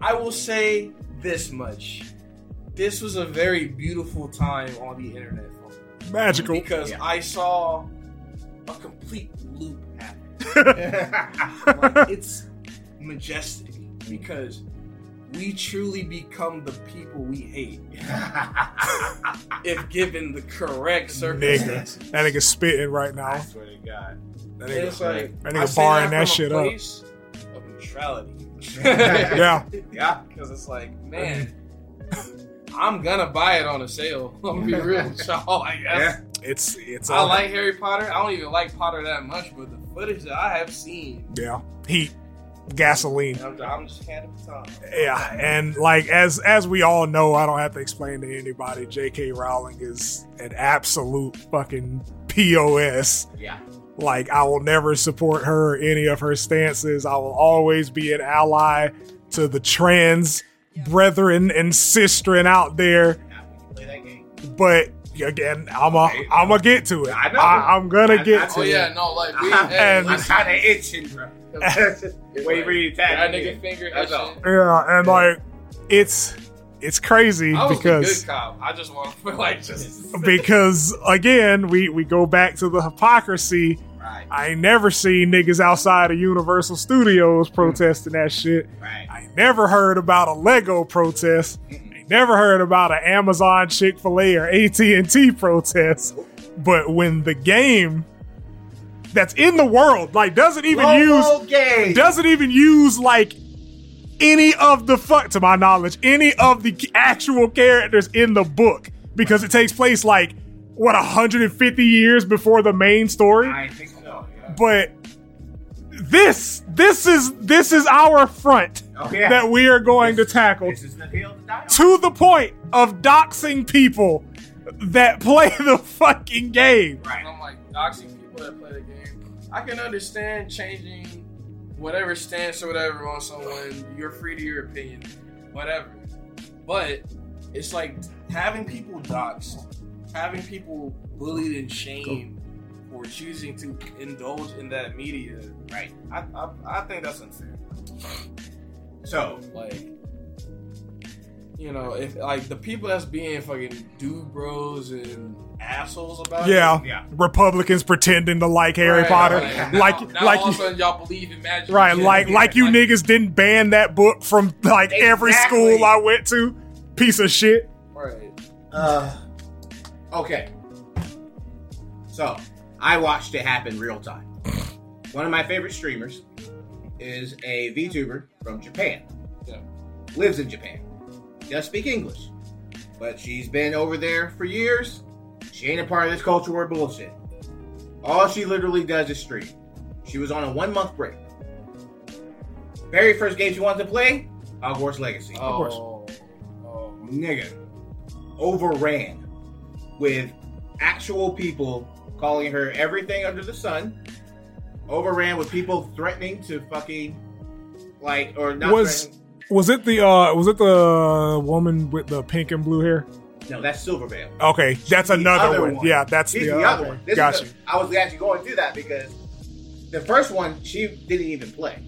Speaker 2: I will say this much. This was a very beautiful time on the internet for me
Speaker 3: Magical.
Speaker 2: because
Speaker 1: Yeah.
Speaker 2: I saw a complete loop happen. Like,
Speaker 3: yeah.
Speaker 2: it's majestic because we truly become the people we hate if given the correct
Speaker 3: Nigga.
Speaker 2: circumstances.
Speaker 3: That nigga spitting right
Speaker 1: I
Speaker 3: now.
Speaker 1: swear to God.
Speaker 2: And
Speaker 3: That nigga,
Speaker 2: it's like
Speaker 3: that
Speaker 2: I
Speaker 3: nigga
Speaker 2: say
Speaker 3: barring
Speaker 2: that,
Speaker 3: that
Speaker 2: from
Speaker 3: shit
Speaker 2: a
Speaker 3: up.
Speaker 2: place Of neutrality.
Speaker 3: Yeah.
Speaker 1: Yeah.
Speaker 2: Because it's like, man, I'm gonna buy it on a sale. I'm gonna be real with y'all. Like, that's-
Speaker 3: It's it's.
Speaker 2: I
Speaker 3: uh,
Speaker 2: like Harry Potter. I don't even like Potter that much, but the footage that I have seen,
Speaker 3: Yeah. Heat. Gasoline.
Speaker 2: I'm, I'm just hand it to Tom.
Speaker 3: Yeah, and like as as we all know, I don't have to explain to anybody. J.K. Rowling is an absolute fucking pos.
Speaker 1: Yeah.
Speaker 3: Like I will never support her or any of her stances. I will always be an ally to the trans brethren and sistren out there.
Speaker 1: Now we can play that game.
Speaker 3: But again, I'm a I'm gonna get to it.
Speaker 1: I know.
Speaker 3: I, am gonna
Speaker 1: I-
Speaker 3: get
Speaker 1: I-
Speaker 3: to
Speaker 2: Oh
Speaker 3: it.
Speaker 2: yeah, no, like we
Speaker 1: I'm
Speaker 2: hey,
Speaker 3: And-
Speaker 2: listen,
Speaker 1: kind of itching, bro. Wavery
Speaker 2: that
Speaker 1: attack.
Speaker 2: nigga finger.
Speaker 1: That's
Speaker 2: itching.
Speaker 1: all.
Speaker 3: Yeah, and like it's it's crazy
Speaker 2: I was
Speaker 3: because.
Speaker 2: a good cop. I just want to like just
Speaker 3: because again, we we go back to the hypocrisy.
Speaker 1: Right,
Speaker 3: I ain't never seen niggas outside of Universal Studios protesting that shit.
Speaker 1: right.
Speaker 3: I ain't never heard about a Lego protest. I ain't never heard about an Amazon, Chick Fil A, or AT and T protest. But when the game that's in the world like doesn't even use
Speaker 1: Low game.
Speaker 3: doesn't even use like any of the fuck to my knowledge any of the actual characters in the book because it takes place like what 150 years before the main story
Speaker 1: I think so. Yeah.
Speaker 3: but this this is this is our front
Speaker 1: Oh, yeah.
Speaker 3: that we are going to tackle
Speaker 1: This is the field of dialogue.
Speaker 3: to the point of doxing people that play the fucking game
Speaker 1: Right.
Speaker 2: I'm like doxing people that play the game. I can understand changing whatever stance or whatever on someone. You're free to your opinion, whatever. But it's like having people doxed, having people bullied and shamed for choosing to indulge in that media.
Speaker 1: Right.
Speaker 2: I I, I think that's unfair.
Speaker 1: So,
Speaker 2: Like. You know, if like the people that's being fucking dude bros and assholes about it,
Speaker 3: yeah
Speaker 1: yeah.
Speaker 3: republicans pretending to like harry
Speaker 2: Right,
Speaker 3: potter
Speaker 2: right.
Speaker 3: like
Speaker 2: now, now
Speaker 3: like
Speaker 2: all of a sudden y'all believe in magic,
Speaker 3: Right,
Speaker 2: Yeah,
Speaker 3: like
Speaker 2: yeah,
Speaker 3: like you niggas didn't ban that book from like every
Speaker 1: Exactly.
Speaker 3: school I went to. Piece of shit.
Speaker 2: Right.
Speaker 1: Uh, okay. So, I watched it happen real time. One of my favorite streamers is a VTuber from Japan.
Speaker 2: Yeah.
Speaker 1: Lives in Japan. Does speak English. But she's been over there for years. She ain't a part of this culture war bullshit. All she literally does is stream. She was on a one month break. Very first game she wanted to play Hogwarts Legacy
Speaker 2: Oh, oh,
Speaker 1: nigga overran with actual people calling her everything under the sun. Overran with people threatening to fucking like or not.
Speaker 3: Was-
Speaker 1: threatening-
Speaker 3: Was it the uh was it the woman with the pink and blue hair?
Speaker 1: no, that's Silvervale.
Speaker 3: Okay, that's
Speaker 1: the
Speaker 3: another
Speaker 1: other
Speaker 3: one.
Speaker 1: one.
Speaker 3: Yeah, that's
Speaker 1: He's
Speaker 3: the,
Speaker 1: the other one. This
Speaker 3: Gotcha.
Speaker 1: is the- I was actually going through that because the first one she didn't even play.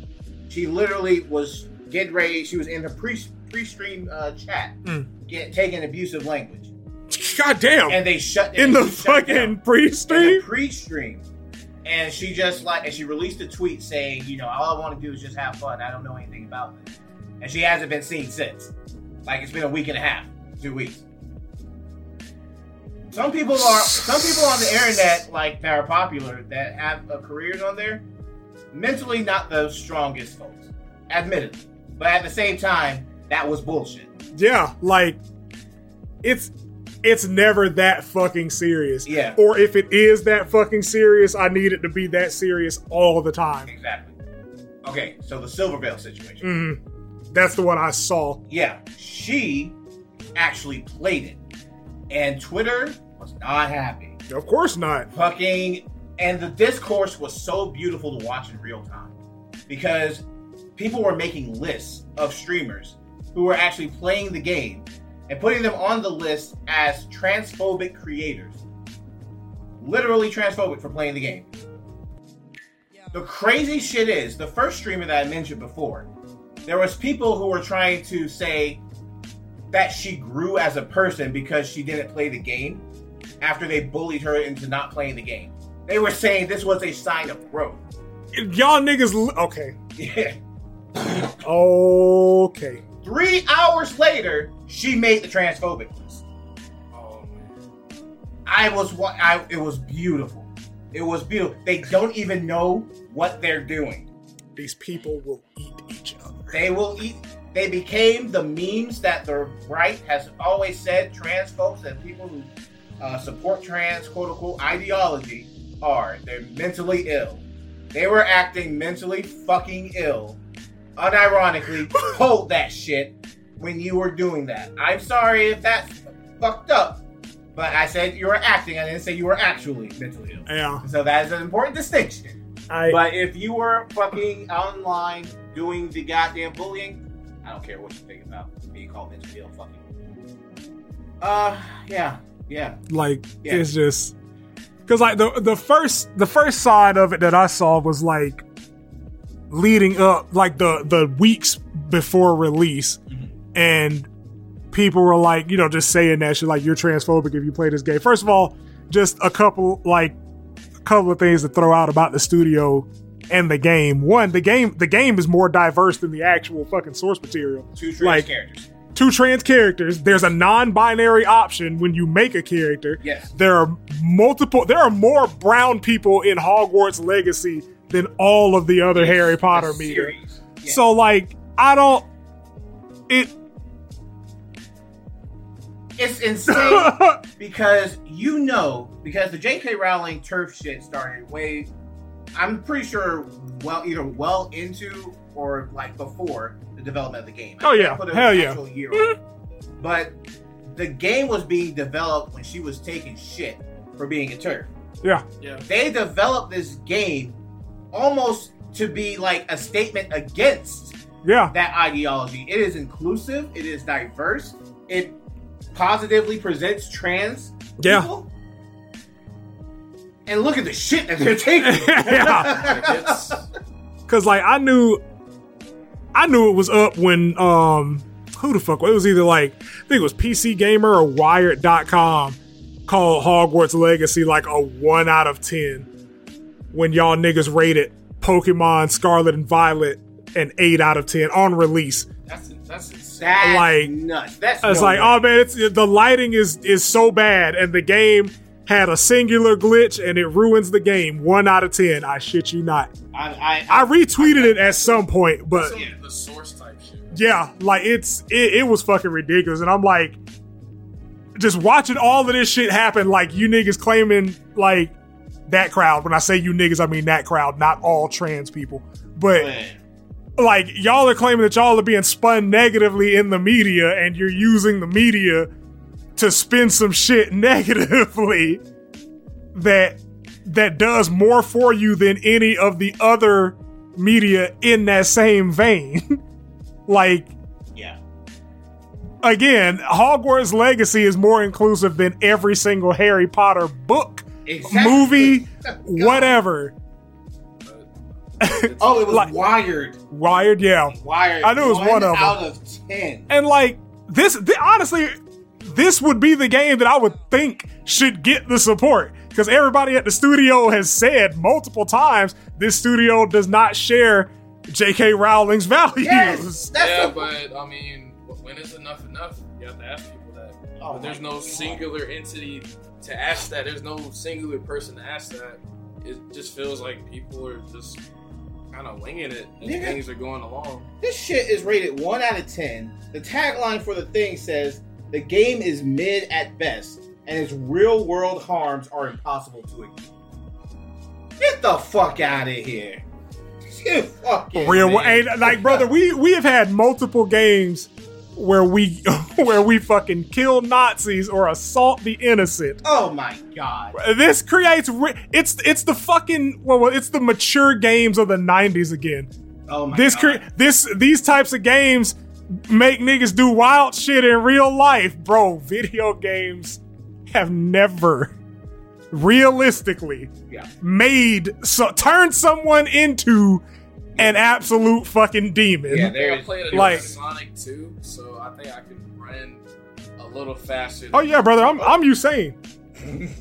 Speaker 1: She literally was getting ready. She was in her pre pre stream uh, chat,
Speaker 3: Mm.
Speaker 1: get, taking abusive language,
Speaker 3: God damn.
Speaker 1: and they shut
Speaker 3: In the
Speaker 1: they shut down.
Speaker 3: fucking pre-stream?
Speaker 1: pre-stream, and she just like and she released a tweet saying, you know, all I want to do is just have fun. I don't know anything about this, and she hasn't been seen since. Like it's been a week and a half, two weeks. Some people are some people on the internet like that are popular that have uh, careers on there, mentally not the strongest folks, admittedly. But at the same time, that was bullshit.
Speaker 3: Yeah, like it's it's never that fucking serious.
Speaker 1: Yeah.
Speaker 3: Or if it is that fucking serious, I need it to be that serious all the time.
Speaker 1: Exactly. Okay, so the Silver Veil situation.
Speaker 3: Mhm. That's the one I saw.
Speaker 1: Yeah, she actually played it. And Twitter was not happy.
Speaker 3: Of course not.
Speaker 1: Fucking. And the discourse was so beautiful to watch in real time because people were making lists of streamers who were actually playing the game and putting them on the list as transphobic creators. literally transphobic for playing the game. The crazy shit is the first streamer that I mentioned before, there was people who were trying to say that she grew as a person because she didn't play the game after they bullied her into not playing the game. They were saying this was a sign of growth.
Speaker 3: Y'all niggas. Li- okay.
Speaker 1: Yeah.
Speaker 3: Okay.
Speaker 1: Three hours later, she made the transphobic list.
Speaker 2: Oh man.
Speaker 1: I was wa- I it was beautiful. It was beautiful. They don't even know what they're doing.
Speaker 3: These people will eat each other.
Speaker 1: They will eat they became the memes that the right has always said trans folks and people who uh, support trans quote unquote ideology are. They're mentally ill. They were acting mentally fucking ill. Unironically, hold that shit when you were doing that. I'm sorry if that's fucked up, but I said you were acting. I didn't say you were actually mentally ill.
Speaker 3: Yeah.
Speaker 1: So that is an important distinction.
Speaker 3: I,
Speaker 1: But if you were fucking online doing the goddamn bullying, I don't care what you think about being called mentally ill. Fucking. Uh, yeah, yeah.
Speaker 3: like
Speaker 1: Yeah.
Speaker 3: it's just because like the the first the first sign of it that I saw was like leading up like the the weeks before release
Speaker 1: Mhm.
Speaker 3: and people were like you know just saying that shit like you're transphobic if you play this game first of all just a couple like a couple of things to throw out about the studio and the game one the game the game is more diverse than the actual fucking source material
Speaker 1: Two trans
Speaker 3: Like-
Speaker 1: characters.
Speaker 3: two trans characters there's a non-binary option when you make a character
Speaker 1: Yes.
Speaker 3: there are multiple there are more brown people in Hogwarts Legacy than all of the other Harry Potter
Speaker 1: The
Speaker 3: media.
Speaker 1: series. Yeah.
Speaker 3: So like I don't it
Speaker 1: it's insane
Speaker 3: oh,
Speaker 1: because you know because the J.K. Rowling turf shit started way. I'm pretty sure well either well into or like before the development of the game.
Speaker 3: Oh, yeah.
Speaker 1: I put an
Speaker 3: Hell yeah.
Speaker 1: actual year on it. But the game was being developed when she was taking shit for being a turf.
Speaker 2: Yeah.
Speaker 1: They developed this game almost to be like a statement against
Speaker 3: yeah,
Speaker 1: that ideology. It is inclusive. It is diverse. It positively presents trans
Speaker 3: Yeah.
Speaker 1: people. And look at the shit that they're taking.
Speaker 3: Yeah.
Speaker 2: It's,
Speaker 3: cuz like I knew I knew it was up when um who the fuck it was either like I think it was PC Gamer or wired.com called Hogwarts Legacy like a 1 out of 10 when y'all niggas rated Pokemon Scarlet and Violet an 8 out of 10 on release.
Speaker 2: that's that's insane.
Speaker 1: That's
Speaker 3: Like-
Speaker 1: nuts. That's
Speaker 3: It's
Speaker 1: no
Speaker 3: like,
Speaker 1: way.
Speaker 3: oh man, it's, the lighting is is so bad, and the game had a singular glitch, and it ruins the game. One out of ten. I shit you not.
Speaker 1: I, I,
Speaker 3: I retweeted it at some point, but
Speaker 2: Some of the source type shit.
Speaker 3: yeah, like it's it, it was fucking ridiculous, and I'm like, just watching all of this shit happen. Like you niggas claiming like that crowd. When I say you niggas, I mean that crowd, not all trans people, but
Speaker 1: Man.
Speaker 3: like y'all are claiming that y'all are being spun negatively in the media and you're using the media to spin some shit negatively that that does more for you than any of the other media in that same vein like
Speaker 1: yeah.
Speaker 3: again hogwarts legacy is more inclusive than every single harry potter book
Speaker 1: Exactly.
Speaker 3: movie
Speaker 1: God.
Speaker 3: whatever
Speaker 1: Oh, it was
Speaker 3: like-
Speaker 1: wired.
Speaker 3: wired yeah
Speaker 1: Wired.
Speaker 3: I knew it was one of 'em.
Speaker 1: out of ten.
Speaker 3: And like this, th- honestly, this would be the game that I would think should get the support because everybody at the studio has said multiple times this studio does not share J.K. Rowling's values.
Speaker 1: Yes, that's
Speaker 2: yeah,
Speaker 1: a-
Speaker 2: but I mean, wh- when is enough enough? You have to ask people that.
Speaker 1: Oh
Speaker 2: but there's
Speaker 1: my
Speaker 2: no
Speaker 1: God.
Speaker 2: singular entity to ask that. There's no singular person to ask that. It just feels like people are just kind of winging it as
Speaker 1: Nigga.
Speaker 2: things are going along.
Speaker 1: This shit is rated 1 out of 10. The tagline for the thing says, the game is mid at best, and its real world harms are impossible to ignore. Get the fuck out of here. Get fucking
Speaker 3: Real,
Speaker 1: man.
Speaker 3: and like brother, we we have had multiple games where we where we fucking kill Nazis or assault the innocent.
Speaker 1: Oh my god.
Speaker 3: This creates ri- it's it's the fucking well, well it's the mature games of the '90s again.
Speaker 1: Oh my
Speaker 3: this
Speaker 1: god.
Speaker 3: cre- this these types of games make niggas do wild shit in real life, bro. Video games have never realistically
Speaker 1: Yeah.
Speaker 3: made so turn someone into an absolute fucking demon.
Speaker 1: Yeah,
Speaker 2: I think I
Speaker 1: There's-
Speaker 2: played a
Speaker 3: like-
Speaker 2: Sonic 2, so I think I can run a little faster.
Speaker 3: Oh yeah, brother, I'm I'm Usain.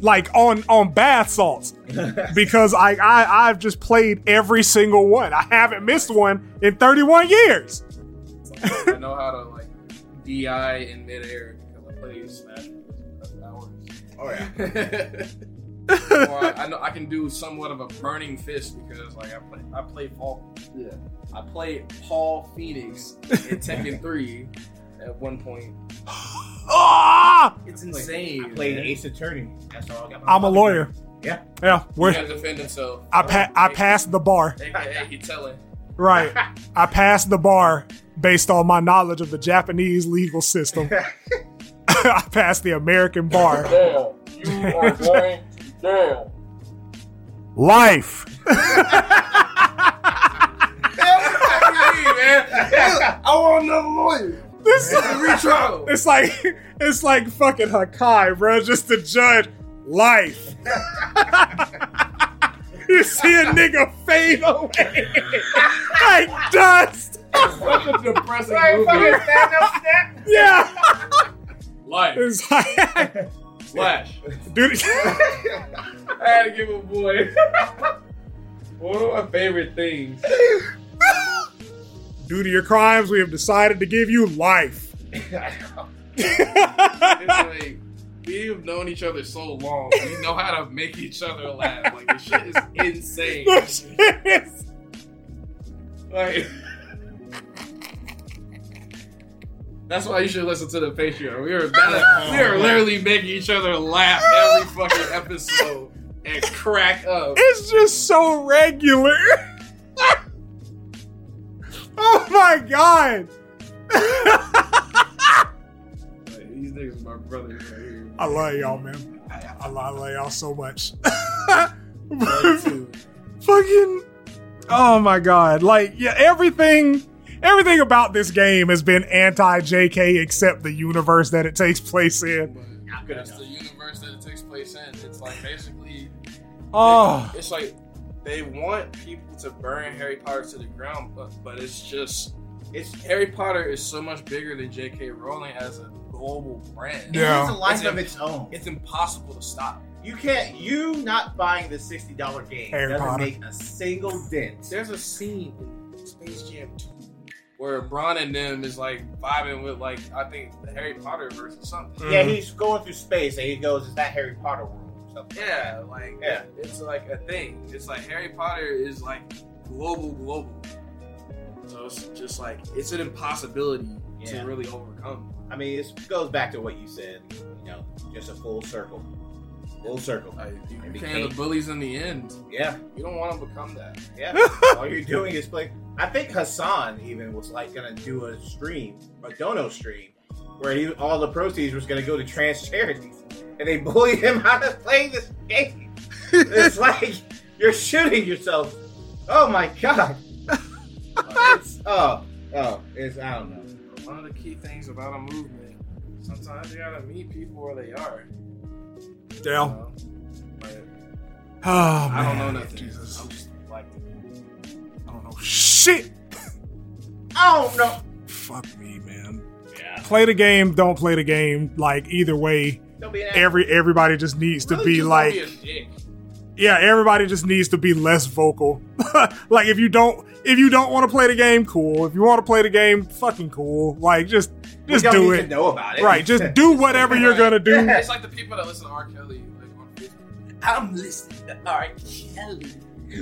Speaker 3: like on on bath salts because I, I I've just played every single one. I haven't missed one in 31 years.
Speaker 2: I know how to like DI in midair because I play Smash Bros. for hours.
Speaker 1: Oh yeah.
Speaker 2: or I, I know I can do somewhat of a burning fist because like I play I play Paul yeah I played Paul Phoenix in Tekken 3 at one point.
Speaker 3: Ah,
Speaker 2: It's
Speaker 1: Like,
Speaker 2: insane.
Speaker 1: I played
Speaker 2: man.
Speaker 1: Ace Attorney. That's all I got.
Speaker 3: I'm a lawyer.
Speaker 1: Yeah.
Speaker 3: Yeah,
Speaker 2: He
Speaker 3: we're,
Speaker 2: gotta defend himself.
Speaker 3: I pa- I passed the bar.
Speaker 2: AKA he telling.
Speaker 3: Right. I passed the bar based on my knowledge of the Japanese legal system. I passed the American bar.
Speaker 2: Damn, you are going to jail.
Speaker 3: Life.
Speaker 2: I want another lawyer.
Speaker 3: This
Speaker 2: Retrial.
Speaker 3: it's like it's like fucking Hakai, bro. Just to judge life. you see a nigga fade away like dust.
Speaker 2: Such a depressing
Speaker 1: Right,
Speaker 2: movie.
Speaker 1: fucking stand up, snap.
Speaker 3: Yeah.
Speaker 2: Life.
Speaker 3: It's like,
Speaker 2: Slash.
Speaker 3: dude.
Speaker 2: I had to give a boy one of my favorite things.
Speaker 3: Due to your crimes, we have decided to give you life.
Speaker 2: It's like we have known each other so long. We know how to make each other laugh. Like the shit is insane. Like that's why you should listen to the Patreon. We are about- we are literally making each other laugh every fucking episode and crack up.
Speaker 3: It's just so regular. oh my god.
Speaker 2: Like, these niggas are my brothers right here.
Speaker 3: I love y'all, man. I love, I love y'all so much.
Speaker 2: Love you, too.
Speaker 3: Fucking. Oh my god. Like, yeah, everything. Everything about this game has been anti JK except the universe that it takes place in.
Speaker 2: But
Speaker 1: good
Speaker 2: that's
Speaker 1: enough.
Speaker 2: the universe that it takes place in. It's like basically
Speaker 3: Oh.
Speaker 2: It's like they want people to burn Harry Potter to the ground, but but it's just it's Harry Potter is so much bigger than J.K. Rowling as a global brand.
Speaker 3: Yeah.
Speaker 1: It's a life
Speaker 2: It's
Speaker 1: of its own.
Speaker 2: It's impossible to stop.
Speaker 1: You can't. You not buying the sixty dollar game
Speaker 3: Harry
Speaker 1: doesn't
Speaker 3: Potter.
Speaker 1: make a single dent.
Speaker 2: There's a scene in Space Jam 2 where Bron and them is like vibing with like I think the Harry Potter verse or something.
Speaker 1: Yeah,
Speaker 3: Mhm.
Speaker 1: he's going through space and he goes, "Is that Harry Potter world?" or something.
Speaker 2: Yeah, like
Speaker 1: Yeah.
Speaker 2: it's like a thing. It's like Harry Potter is like global, global. So it's just like it's an impossibility
Speaker 1: Yeah.
Speaker 2: to really overcome.
Speaker 1: I mean, it goes back to what you said. You know, just a full circle. Full circle.
Speaker 2: Like, you
Speaker 1: It
Speaker 2: became
Speaker 1: became-
Speaker 2: the bullies in the end.
Speaker 1: Yeah,
Speaker 2: You don't want to become that.
Speaker 1: yeah. All you're doing is play. I think Hassan even was like gonna do a stream, a dono stream, where he, all the proceeds was gonna go to trans charities, and they bullied him out of playing this game. it's like you're shooting yourself. Oh my god. it's, oh, oh, it's I don't know.
Speaker 2: One of the key things about a movement, sometimes you gotta meet people where they are. you
Speaker 3: Damn.
Speaker 2: know? But
Speaker 3: Oh, man.
Speaker 2: I don't know nothing.
Speaker 3: Jesus.
Speaker 2: I'm just like,
Speaker 3: I don't know shit.
Speaker 1: I don't know.
Speaker 3: Fuck me, man.
Speaker 1: Yeah.
Speaker 3: Play the game, don't play the game. Like, either way,
Speaker 1: Don't be an asshole.
Speaker 3: every everybody just needs to
Speaker 2: Really
Speaker 3: be
Speaker 2: just
Speaker 3: like.
Speaker 2: don't be a dick.
Speaker 3: yeah, everybody just needs to be less vocal. like if you don't if you don't want to play the game, cool. If you want to play the game, fucking cool. Like just
Speaker 1: We
Speaker 3: just
Speaker 1: don't
Speaker 3: do
Speaker 1: need to
Speaker 3: it.
Speaker 1: know about it.
Speaker 3: Right, just do whatever you're gonna do.
Speaker 2: It's like the people that listen to R. Kelly. Like, on Facebook. I'm listening to R. Kelly.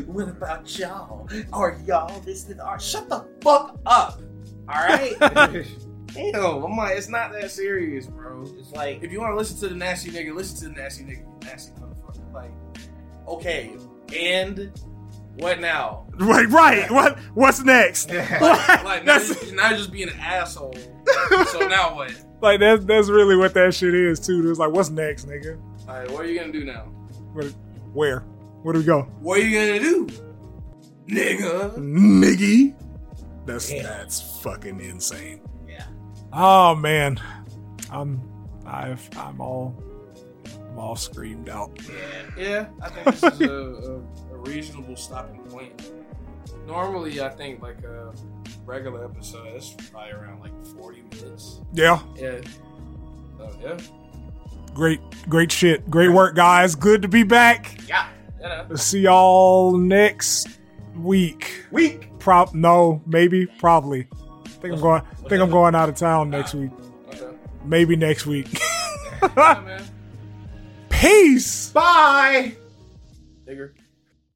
Speaker 2: What about y'all? Are y'all listening to R? Shut the fuck up. All right.
Speaker 1: it's
Speaker 2: Damn, I'm like, it's not that serious, bro.
Speaker 1: like
Speaker 2: If you want to listen to the nasty nigga, listen to the nasty nigga, you nasty motherfucker. Like, okay, and what now?
Speaker 3: Like right, what what's next?
Speaker 2: Like,
Speaker 3: like
Speaker 2: now,
Speaker 3: that's
Speaker 2: you're, now you're just being an asshole. so now what?
Speaker 3: like that's that's really what that shit is too. It's like what's next, nigga?
Speaker 2: All right, what are you gonna do now?
Speaker 3: Where? Where do we go?
Speaker 2: What are you gonna do, nigga?
Speaker 3: Niggy. That's
Speaker 1: Yeah.
Speaker 3: that's fucking insane.
Speaker 1: Yeah.
Speaker 3: Oh man. I'm I've I'm all Maul screamed out.
Speaker 1: Yeah.
Speaker 2: Yeah, I think this is a, a, a reasonable stopping point. Normally, I think like a regular episode is probably around like 40 minutes.
Speaker 3: Yeah,
Speaker 2: Yeah. So, yeah.
Speaker 3: great, great shit. Great work, guys. Good to be back.
Speaker 1: Yeah.
Speaker 2: Yeah.
Speaker 3: See y'all next week.
Speaker 1: Weak.
Speaker 3: Prob no, maybe, probably. think I'm going. think I'm going out of town next week.
Speaker 2: Okay.
Speaker 3: Maybe next week.
Speaker 2: Yeah, man.
Speaker 3: Peace.
Speaker 1: Bye.
Speaker 2: Digger.